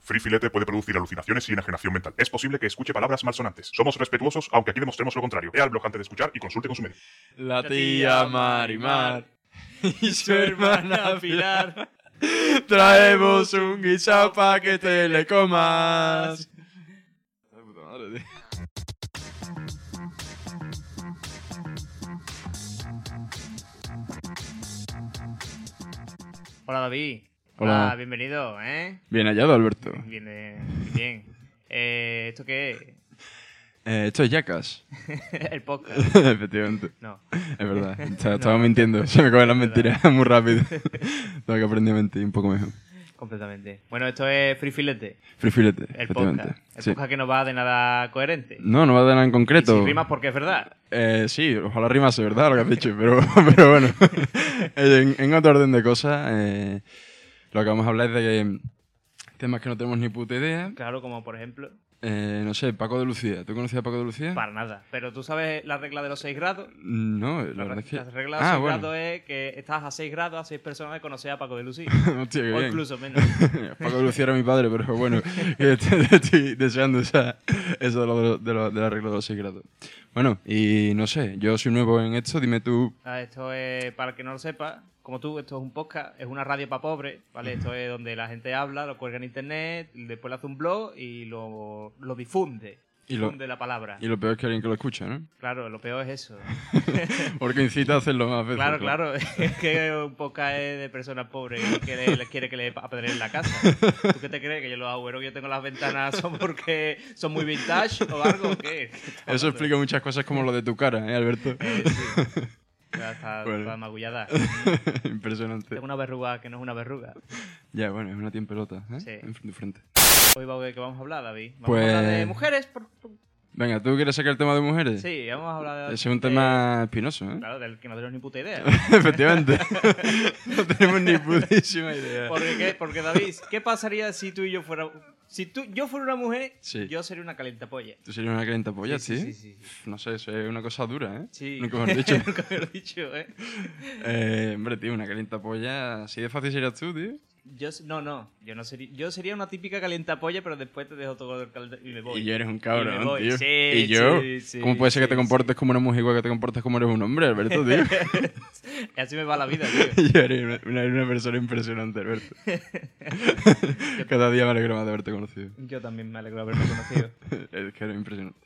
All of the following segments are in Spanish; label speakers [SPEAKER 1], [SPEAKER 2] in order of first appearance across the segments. [SPEAKER 1] Free Filete puede producir alucinaciones y enajenación mental. Es posible que escuche palabras malsonantes. Somos respetuosos, aunque aquí demostremos lo contrario. Vea al blog antes de escuchar y consulte con su médico.
[SPEAKER 2] La tía Marimar y su hermana Pilar. Traemos un guisado pa' que te le
[SPEAKER 3] Ah,
[SPEAKER 2] comas.
[SPEAKER 3] Hola David. Ah,
[SPEAKER 2] Hola.
[SPEAKER 3] bienvenido, ¿eh?
[SPEAKER 2] Bien hallado, Alberto.
[SPEAKER 3] Bien, eh, bien. Eh, ¿Esto qué es?
[SPEAKER 2] Eh, esto es Yacas.
[SPEAKER 3] El podcast.
[SPEAKER 2] Efectivamente.
[SPEAKER 3] No.
[SPEAKER 2] Es verdad. Estaba,
[SPEAKER 3] No,
[SPEAKER 2] estaba mintiendo. Se me comen las
[SPEAKER 3] es verdad.
[SPEAKER 2] mentiras muy rápido. Tengo que aprender a mentir un poco mejor.
[SPEAKER 3] Completamente. Bueno, esto es Free Filete,
[SPEAKER 2] Free Filete,
[SPEAKER 3] el
[SPEAKER 2] efectivamente.
[SPEAKER 3] podcast. El
[SPEAKER 2] Sí.
[SPEAKER 3] podcast que no va de nada coherente.
[SPEAKER 2] No, no va a dar nada en
[SPEAKER 3] Y
[SPEAKER 2] concreto.
[SPEAKER 3] sin rimas porque es verdad.
[SPEAKER 2] Eh, sí, ojalá rimase, ¿verdad? Lo que has dicho, pero, pero bueno. Eh, en, en otro orden de cosas, eh, lo que vamos a hablar es de eh, temas que no tenemos ni puta idea.
[SPEAKER 3] Claro, como por ejemplo,
[SPEAKER 2] Eh, no sé, Paco de Lucía. ¿Tú conocías a Paco de Lucía? Mm,
[SPEAKER 3] para nada. Pero tú sabes la regla de los 6 grados.
[SPEAKER 2] No, la,
[SPEAKER 3] La,
[SPEAKER 2] verdad es que.
[SPEAKER 3] regla de los
[SPEAKER 2] ah,
[SPEAKER 3] 6
[SPEAKER 2] bueno.
[SPEAKER 3] grados es que estás a 6 grados, a 6 personas de conocer a Paco de Lucía.
[SPEAKER 2] Hostia, qué
[SPEAKER 3] o
[SPEAKER 2] bien.
[SPEAKER 3] incluso menos.
[SPEAKER 2] Paco de Lucía era mi padre, pero bueno, que te- te estoy deseando esa, eso de, lo, de, lo- de la regla de los seis grados. Bueno, y no sé, yo soy nuevo en esto, dime tú.
[SPEAKER 3] Ah, Esto es, para el que no lo sepa, como tú, esto es un podcast, es una radio para pobres, ¿vale? Esto es donde la gente habla, lo cuelga en internet, después le hace un blog y lo, lo difunde.
[SPEAKER 2] Y lo-
[SPEAKER 3] difunde la palabra.
[SPEAKER 2] Y lo peor es que alguien que lo escucha, ¿no?
[SPEAKER 3] Claro, lo peor es eso.
[SPEAKER 2] Porque incita a hacerlo más veces.
[SPEAKER 3] claro, claro, es que un podcast es de personas pobres y que le, les quiere que le apedreen la casa. ¿Tú qué te crees? ¿Que yo los agujeros que yo tengo en las ventanas son porque son muy vintage o algo? o ¿Qué?
[SPEAKER 2] Eso explica muchas cosas como lo de tu cara, ¿eh, Alberto?
[SPEAKER 3] Eh, sí. Ya está
[SPEAKER 2] Bueno.
[SPEAKER 3] toda magullada.
[SPEAKER 2] Impresionante.
[SPEAKER 3] Tengo una verruga que no es una verruga.
[SPEAKER 2] Ya, bueno, es una tía en pelota, ¿eh?
[SPEAKER 3] Sí.
[SPEAKER 2] En fr- de frente.
[SPEAKER 3] Hoy va- ¿de qué vamos a hablar, David? ¿Vamos
[SPEAKER 2] Pues-
[SPEAKER 3] a hablar de mujeres? por- por-
[SPEAKER 2] Venga, ¿tú quieres sacar el tema de mujeres?
[SPEAKER 3] Sí, vamos a hablar de...
[SPEAKER 2] Ese es un
[SPEAKER 3] de-
[SPEAKER 2] tema espinoso, ¿eh?
[SPEAKER 3] Claro, del que no tenemos ni puta idea.
[SPEAKER 2] Efectivamente. no tenemos ni putísima idea.
[SPEAKER 3] Porque, ¿qué? Porque, David, ¿qué pasaría si tú y yo fuera... Si tú, yo fuera una mujer,
[SPEAKER 2] Sí.
[SPEAKER 3] yo sería una calientapolla.
[SPEAKER 2] ¿Tú serías una calienta polla,
[SPEAKER 3] Sí,
[SPEAKER 2] sí?
[SPEAKER 3] sí, sí, sí.
[SPEAKER 2] Pff, No sé, eso es una cosa dura, ¿eh?
[SPEAKER 3] Sí.
[SPEAKER 2] Nunca mejor dicho.
[SPEAKER 3] Nunca mejor dicho, ¿eh?
[SPEAKER 2] eh, hombre, tío, una calienta polla. Así de fácil serías tú, tío.
[SPEAKER 3] Yo, se- no, no. Yo no sería... Yo sería una típica calientapolla, pero después te dejo todo el caldo y me voy.
[SPEAKER 2] Y yo eres un
[SPEAKER 3] Y
[SPEAKER 2] cabrón,
[SPEAKER 3] me voy.
[SPEAKER 2] tío.
[SPEAKER 3] Sí,
[SPEAKER 2] y yo,
[SPEAKER 3] sí, sí,
[SPEAKER 2] ¿cómo puede ser
[SPEAKER 3] sí,
[SPEAKER 2] que te comportes como una mujer igual que te comportas como eres un hombre, Alberto, tío?
[SPEAKER 3] Y así me va la vida, tío.
[SPEAKER 2] Yo eres una, una- una persona impresionante, Alberto. Cada día me alegro más de haberte conocido.
[SPEAKER 3] Yo también me alegro de haberme conocido.
[SPEAKER 2] Es que eres impresionante.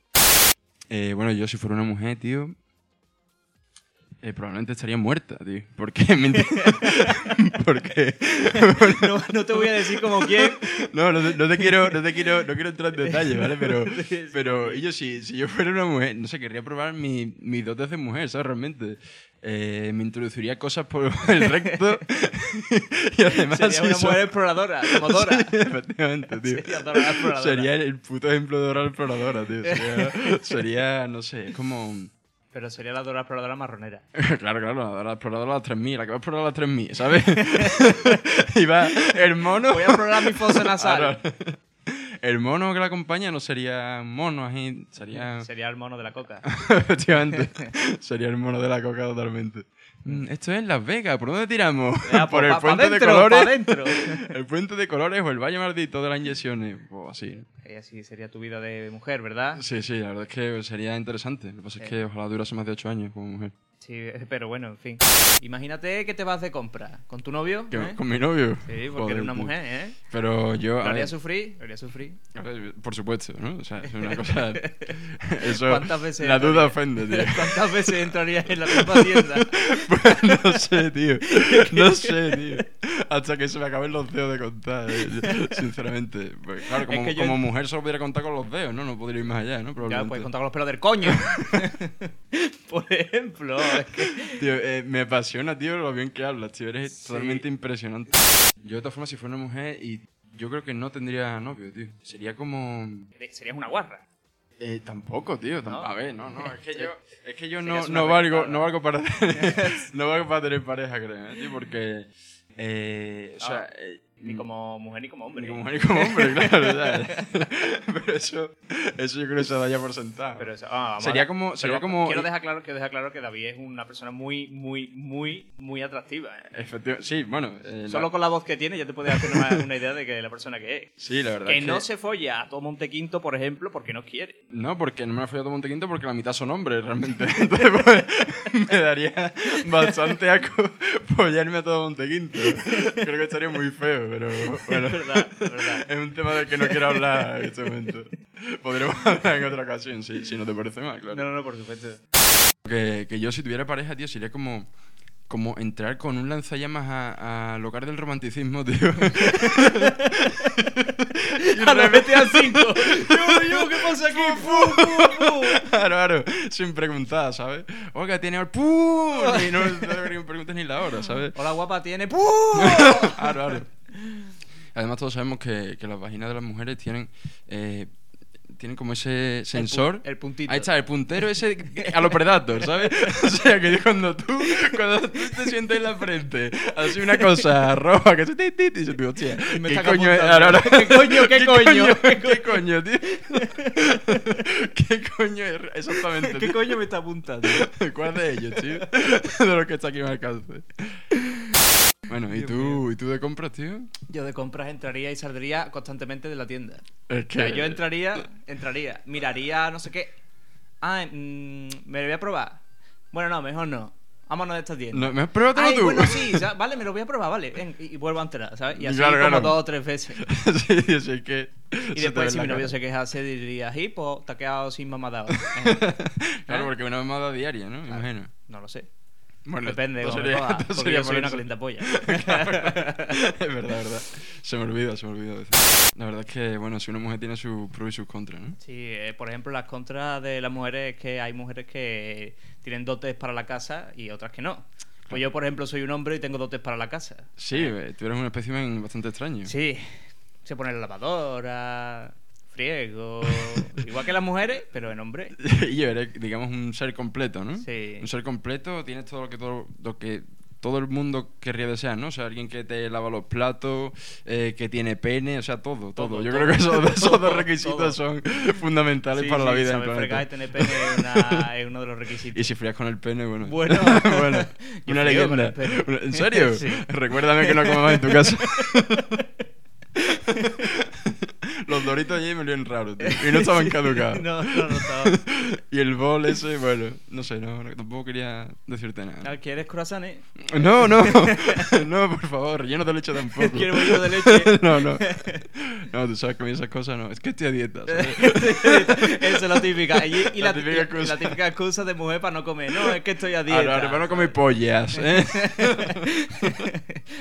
[SPEAKER 2] Eh, bueno, yo si fuera una mujer, tío. eh, probablemente estaría muerta, tío. ¿Por qué? Me enti- Porque.
[SPEAKER 3] No, no te voy a decir como quién.
[SPEAKER 2] No, no te, no te quiero, no te quiero, no quiero entrar en detalle, ¿vale? Pero, pero yo si, si yo fuera una mujer, no sé, querría probar mi, mis dotes de mujer, ¿sabes? Realmente. Eh, me introduciría cosas por el recto y además
[SPEAKER 3] Sería
[SPEAKER 2] si
[SPEAKER 3] una
[SPEAKER 2] soy-
[SPEAKER 3] mujer exploradora, como Dora.
[SPEAKER 2] Sí, efectivamente, tío.
[SPEAKER 3] Sería Dora la exploradora.
[SPEAKER 2] Sería el puto ejemplo de Dora la exploradora, tío. Sería, sería, no sé, es como... un-
[SPEAKER 3] Pero sería la Dora exploradora marronera.
[SPEAKER 2] Claro, claro, la Dora la exploradora a las 3.000, la que va a explorar a las 3.000, ¿sabes? y va el mono...
[SPEAKER 3] Voy a explorar mi fosa nasal.
[SPEAKER 2] Ahora, el mono que la acompaña no sería un mono, así, sería...
[SPEAKER 3] Sería el mono de la coca.
[SPEAKER 2] Efectivamente, sería el mono de la coca totalmente. Mm, Esto es Las Vegas, ¿por dónde tiramos?
[SPEAKER 3] Vea,
[SPEAKER 2] Por
[SPEAKER 3] pa-
[SPEAKER 2] el
[SPEAKER 3] pa- pa
[SPEAKER 2] puente de
[SPEAKER 3] dentro, pa'
[SPEAKER 2] colores.
[SPEAKER 3] dentro.
[SPEAKER 2] El puente de colores o el valle maldito de las inyecciones. O así.
[SPEAKER 3] Y así sería tu vida de mujer, ¿verdad?
[SPEAKER 2] Sí, sí, la verdad es que sería interesante. Lo que pasa es que ojalá durase más de 8 años como mujer.
[SPEAKER 3] Sí, pero bueno, en fin. Imagínate que te vas de compra con tu novio.
[SPEAKER 2] Que-
[SPEAKER 3] ¿eh?
[SPEAKER 2] Con mi novio.
[SPEAKER 3] Sí, porque
[SPEAKER 2] Joder,
[SPEAKER 3] eres una
[SPEAKER 2] tío.
[SPEAKER 3] mujer, ¿eh?
[SPEAKER 2] Pero yo.
[SPEAKER 3] Lo
[SPEAKER 2] a
[SPEAKER 3] haría
[SPEAKER 2] ver,
[SPEAKER 3] sufrir, lo haría sufrir.
[SPEAKER 2] a ver, por supuesto, ¿no? O sea, es una cosa. Eso,
[SPEAKER 3] ¿Cuántas veces
[SPEAKER 2] La duda
[SPEAKER 3] entraría?
[SPEAKER 2] ofende, tío.
[SPEAKER 3] ¿Cuántas veces entrarías en la misma tienda?
[SPEAKER 2] Pues no sé, tío. No sé, tío. Hasta que se me acaben los dedos de contar, eh, yo- sinceramente. Pues claro, como,
[SPEAKER 3] que yo-
[SPEAKER 2] como mujer solo podría contar con los dedos, ¿no? No podría ir más allá, ¿no?
[SPEAKER 3] Ya,
[SPEAKER 2] Probablemente.
[SPEAKER 3] pues contar con los pelos del coño. Por ejemplo, es que...
[SPEAKER 2] Tío, eh, me apasiona, tío, lo bien que hablas, tío. Eres totalmente impresionante. Yo, de todas formas, si fuera una mujer, y yo creo que no tendría novio, tío. Sería como.
[SPEAKER 3] serías una guarra.
[SPEAKER 2] Eh, tampoco, tío. tam-
[SPEAKER 3] No.
[SPEAKER 2] A ver, no, no. Es que yo, es que yo no,
[SPEAKER 3] Serías una
[SPEAKER 2] no, valgo,
[SPEAKER 3] reventada.
[SPEAKER 2] no, valgo para tener, no valgo para tener pareja, creo, ¿eh, tío, porque. eh, o sea, eh,
[SPEAKER 3] Ah, Ni como mujer ni como hombre.
[SPEAKER 2] Ni como mujer ni como hombre, claro. o sea, pero eso, eso yo creo que se da ya por sentado.
[SPEAKER 3] Pero eso- ah, vamos
[SPEAKER 2] sería
[SPEAKER 3] a-
[SPEAKER 2] como.
[SPEAKER 3] pero
[SPEAKER 2] Sería como
[SPEAKER 3] Quiero dejar claro, quiero dejar claro que David es una persona muy, muy, muy, muy atractiva. ¿eh?
[SPEAKER 2] efectivamente, sí, bueno. eh, la-
[SPEAKER 3] Solo con la voz que tiene ya te puedes hacer una, una idea de que la persona que es.
[SPEAKER 2] sí, la verdad.
[SPEAKER 3] Que
[SPEAKER 2] es
[SPEAKER 3] no se folla a todo Montequinto, por ejemplo, porque no quiere.
[SPEAKER 2] No, porque no me la he follado a Montequinto porque la mitad son hombres, realmente. Entonces, pues, me daría bastante asco follarme a todo Montequinto. Creo que estaría muy feo, pero bueno.
[SPEAKER 3] Es verdad, es verdad.
[SPEAKER 2] Es un tema del que no quiero hablar en este momento. Podremos hablar en otra ocasión, si, si no te parece mal, claro.
[SPEAKER 3] No, no, no, por supuesto.
[SPEAKER 2] Que, que yo si tuviera pareja, tío, sería como, como entrar con un lanzallamas a, a al hogar del romanticismo, tío.
[SPEAKER 3] A la a 5. Yo, yo, ¿qué pasa aquí? Fu, fu, fu.
[SPEAKER 2] Claro, claro, sin preguntar, ¿sabes? Oiga, tiene ahora... ¡Pum! Y no, no preguntas ni la hora, ¿sabes?
[SPEAKER 3] Hola, guapa, tiene. ¡Pu!
[SPEAKER 2] Claro, claro. Además todos sabemos que, que las vaginas de las mujeres tienen... eh, tienen como ese sensor.
[SPEAKER 3] el puntito.
[SPEAKER 2] Ahí está, el puntero ese a los predators, ¿sabes? O sea, que cuando tú, cuando tú te sientes en la frente, así una cosa roja que se ti, ti, ti, y tú, hostia,
[SPEAKER 3] Me
[SPEAKER 2] ¿qué
[SPEAKER 3] está
[SPEAKER 2] coño, es?
[SPEAKER 3] apuntando.
[SPEAKER 2] Ahora, ahora,
[SPEAKER 3] ¿Qué coño, qué coño?
[SPEAKER 2] ¿Qué coño, tío? ¿Qué coño es? Exactamente.
[SPEAKER 3] ¿Qué
[SPEAKER 2] tío.
[SPEAKER 3] coño me está apuntando?
[SPEAKER 2] ¿Cuál de ellos, tío? De los que está aquí en mi alcance. Bueno, ¿y
[SPEAKER 3] Dios
[SPEAKER 2] tú, ¿y tú de compras, tío?
[SPEAKER 3] Yo de compras entraría y saldría constantemente de la tienda.
[SPEAKER 2] Es
[SPEAKER 3] O sea, yo entraría, entraría, miraría no sé qué. Ah, mm, me lo voy a probar. Bueno, no, mejor no. Vámonos de esta tienda.
[SPEAKER 2] No, me has probado
[SPEAKER 3] Ay,
[SPEAKER 2] tú.
[SPEAKER 3] bueno, sí, o sea, vale, me lo voy a probar, vale. ven, y, y vuelvo a entrar, ¿sabes? Y así
[SPEAKER 2] Claro,
[SPEAKER 3] como
[SPEAKER 2] claro.
[SPEAKER 3] dos o tres veces.
[SPEAKER 2] sí, yo sé que. se
[SPEAKER 3] Y
[SPEAKER 2] te ve
[SPEAKER 3] después, si
[SPEAKER 2] la
[SPEAKER 3] mi novio
[SPEAKER 2] cara.
[SPEAKER 3] se quejase, diría, hip, o te has quedado sin mamadao.
[SPEAKER 2] Claro, porque una mamada diaria, ¿no? Me
[SPEAKER 3] ¿Eh? Claro.
[SPEAKER 2] imagino.
[SPEAKER 3] no lo sé.
[SPEAKER 2] Bueno,
[SPEAKER 3] Depende,
[SPEAKER 2] todo
[SPEAKER 3] como
[SPEAKER 2] sería-
[SPEAKER 3] me joda,
[SPEAKER 2] todo
[SPEAKER 3] porque
[SPEAKER 2] sería
[SPEAKER 3] yo soy
[SPEAKER 2] por
[SPEAKER 3] una
[SPEAKER 2] eso.
[SPEAKER 3] calentampolla.
[SPEAKER 2] es verdad, es verdad. Se me olvida, se me olvida. a veces. La verdad es que, bueno, si una mujer tiene sus pros y sus contras, ¿no?
[SPEAKER 3] Sí, eh, por ejemplo, las contras de las mujeres es que hay mujeres que tienen dotes para la casa y otras que no. Pues yo, por ejemplo, soy un hombre y tengo dotes para la casa.
[SPEAKER 2] Sí, eh, tú eres un espécimen bastante extraño.
[SPEAKER 3] Sí, se pone la lavadora, friego, igual que las mujeres, pero en hombre.
[SPEAKER 2] y yo eres, digamos, un ser completo, ¿no?
[SPEAKER 3] Sí.
[SPEAKER 2] Un ser completo, tienes todo lo que todo lo que todo el mundo querría desear, ¿no? O sea, alguien que te lava los platos, eh, que tiene pene, o sea, todo, todo.
[SPEAKER 3] Todo,
[SPEAKER 2] Yo
[SPEAKER 3] todo.
[SPEAKER 2] creo que esos, esos
[SPEAKER 3] Todo,
[SPEAKER 2] dos requisitos
[SPEAKER 3] todo.
[SPEAKER 2] son fundamentales
[SPEAKER 3] Sí,
[SPEAKER 2] para la
[SPEAKER 3] sí,
[SPEAKER 2] vida del
[SPEAKER 3] saber fregar y
[SPEAKER 2] planeta.
[SPEAKER 3] tener pene es, una- es uno de los requisitos.
[SPEAKER 2] Y si frías con el pene, bueno.
[SPEAKER 3] Bueno.
[SPEAKER 2] bueno
[SPEAKER 3] Yo
[SPEAKER 2] una
[SPEAKER 3] frío con
[SPEAKER 2] leyenda.
[SPEAKER 3] el pene.
[SPEAKER 2] ¿En serio?
[SPEAKER 3] Sí.
[SPEAKER 2] Recuérdame que no como más en tu casa. Los doritos allí me olían raros, tío. Y no estaban
[SPEAKER 3] Sí.
[SPEAKER 2] caducados.
[SPEAKER 3] No, no, no estaba.
[SPEAKER 2] Y el bol ese, bueno, no sé, no, no, tampoco quería decirte nada.
[SPEAKER 3] Ah, ¿Quieres croissants?
[SPEAKER 2] No, no, no, por favor, lleno de leche tampoco.
[SPEAKER 3] Quiero bollo de leche.
[SPEAKER 2] No, no. No, tú sabes que a mí esas cosas no. Es que estoy a dieta, ¿sabes?
[SPEAKER 3] Eso es la típica. Y, y
[SPEAKER 2] La
[SPEAKER 3] la,
[SPEAKER 2] típica
[SPEAKER 3] típica
[SPEAKER 2] excusa.
[SPEAKER 3] la típica excusa de mujer para no comer. No, es que estoy a dieta.
[SPEAKER 2] Ahora, ahora no come pollas, ¿eh?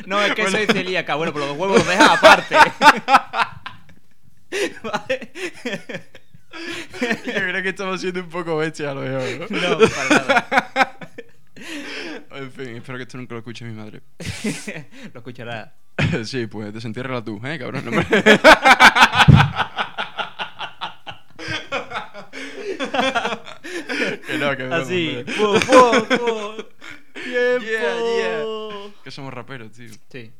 [SPEAKER 3] no, es que
[SPEAKER 2] Bueno.
[SPEAKER 3] soy celíaca. Bueno, pero los huevos los dejas aparte. Vale.
[SPEAKER 2] Yo creo que estamos siendo un poco bestias a lo mejor, ¿no?
[SPEAKER 3] No, para nada.
[SPEAKER 2] En fin, espero que esto nunca lo escuche mi madre.
[SPEAKER 3] Lo escucharás.
[SPEAKER 2] Sí, pues desentiérrala tú, ¿eh, cabrón? No me- que no, que broma,
[SPEAKER 3] Así.
[SPEAKER 2] hombre.
[SPEAKER 3] Pu, pu, pu. Tiempo.
[SPEAKER 2] Yeah, Que somos raperos, tío.
[SPEAKER 3] Sí.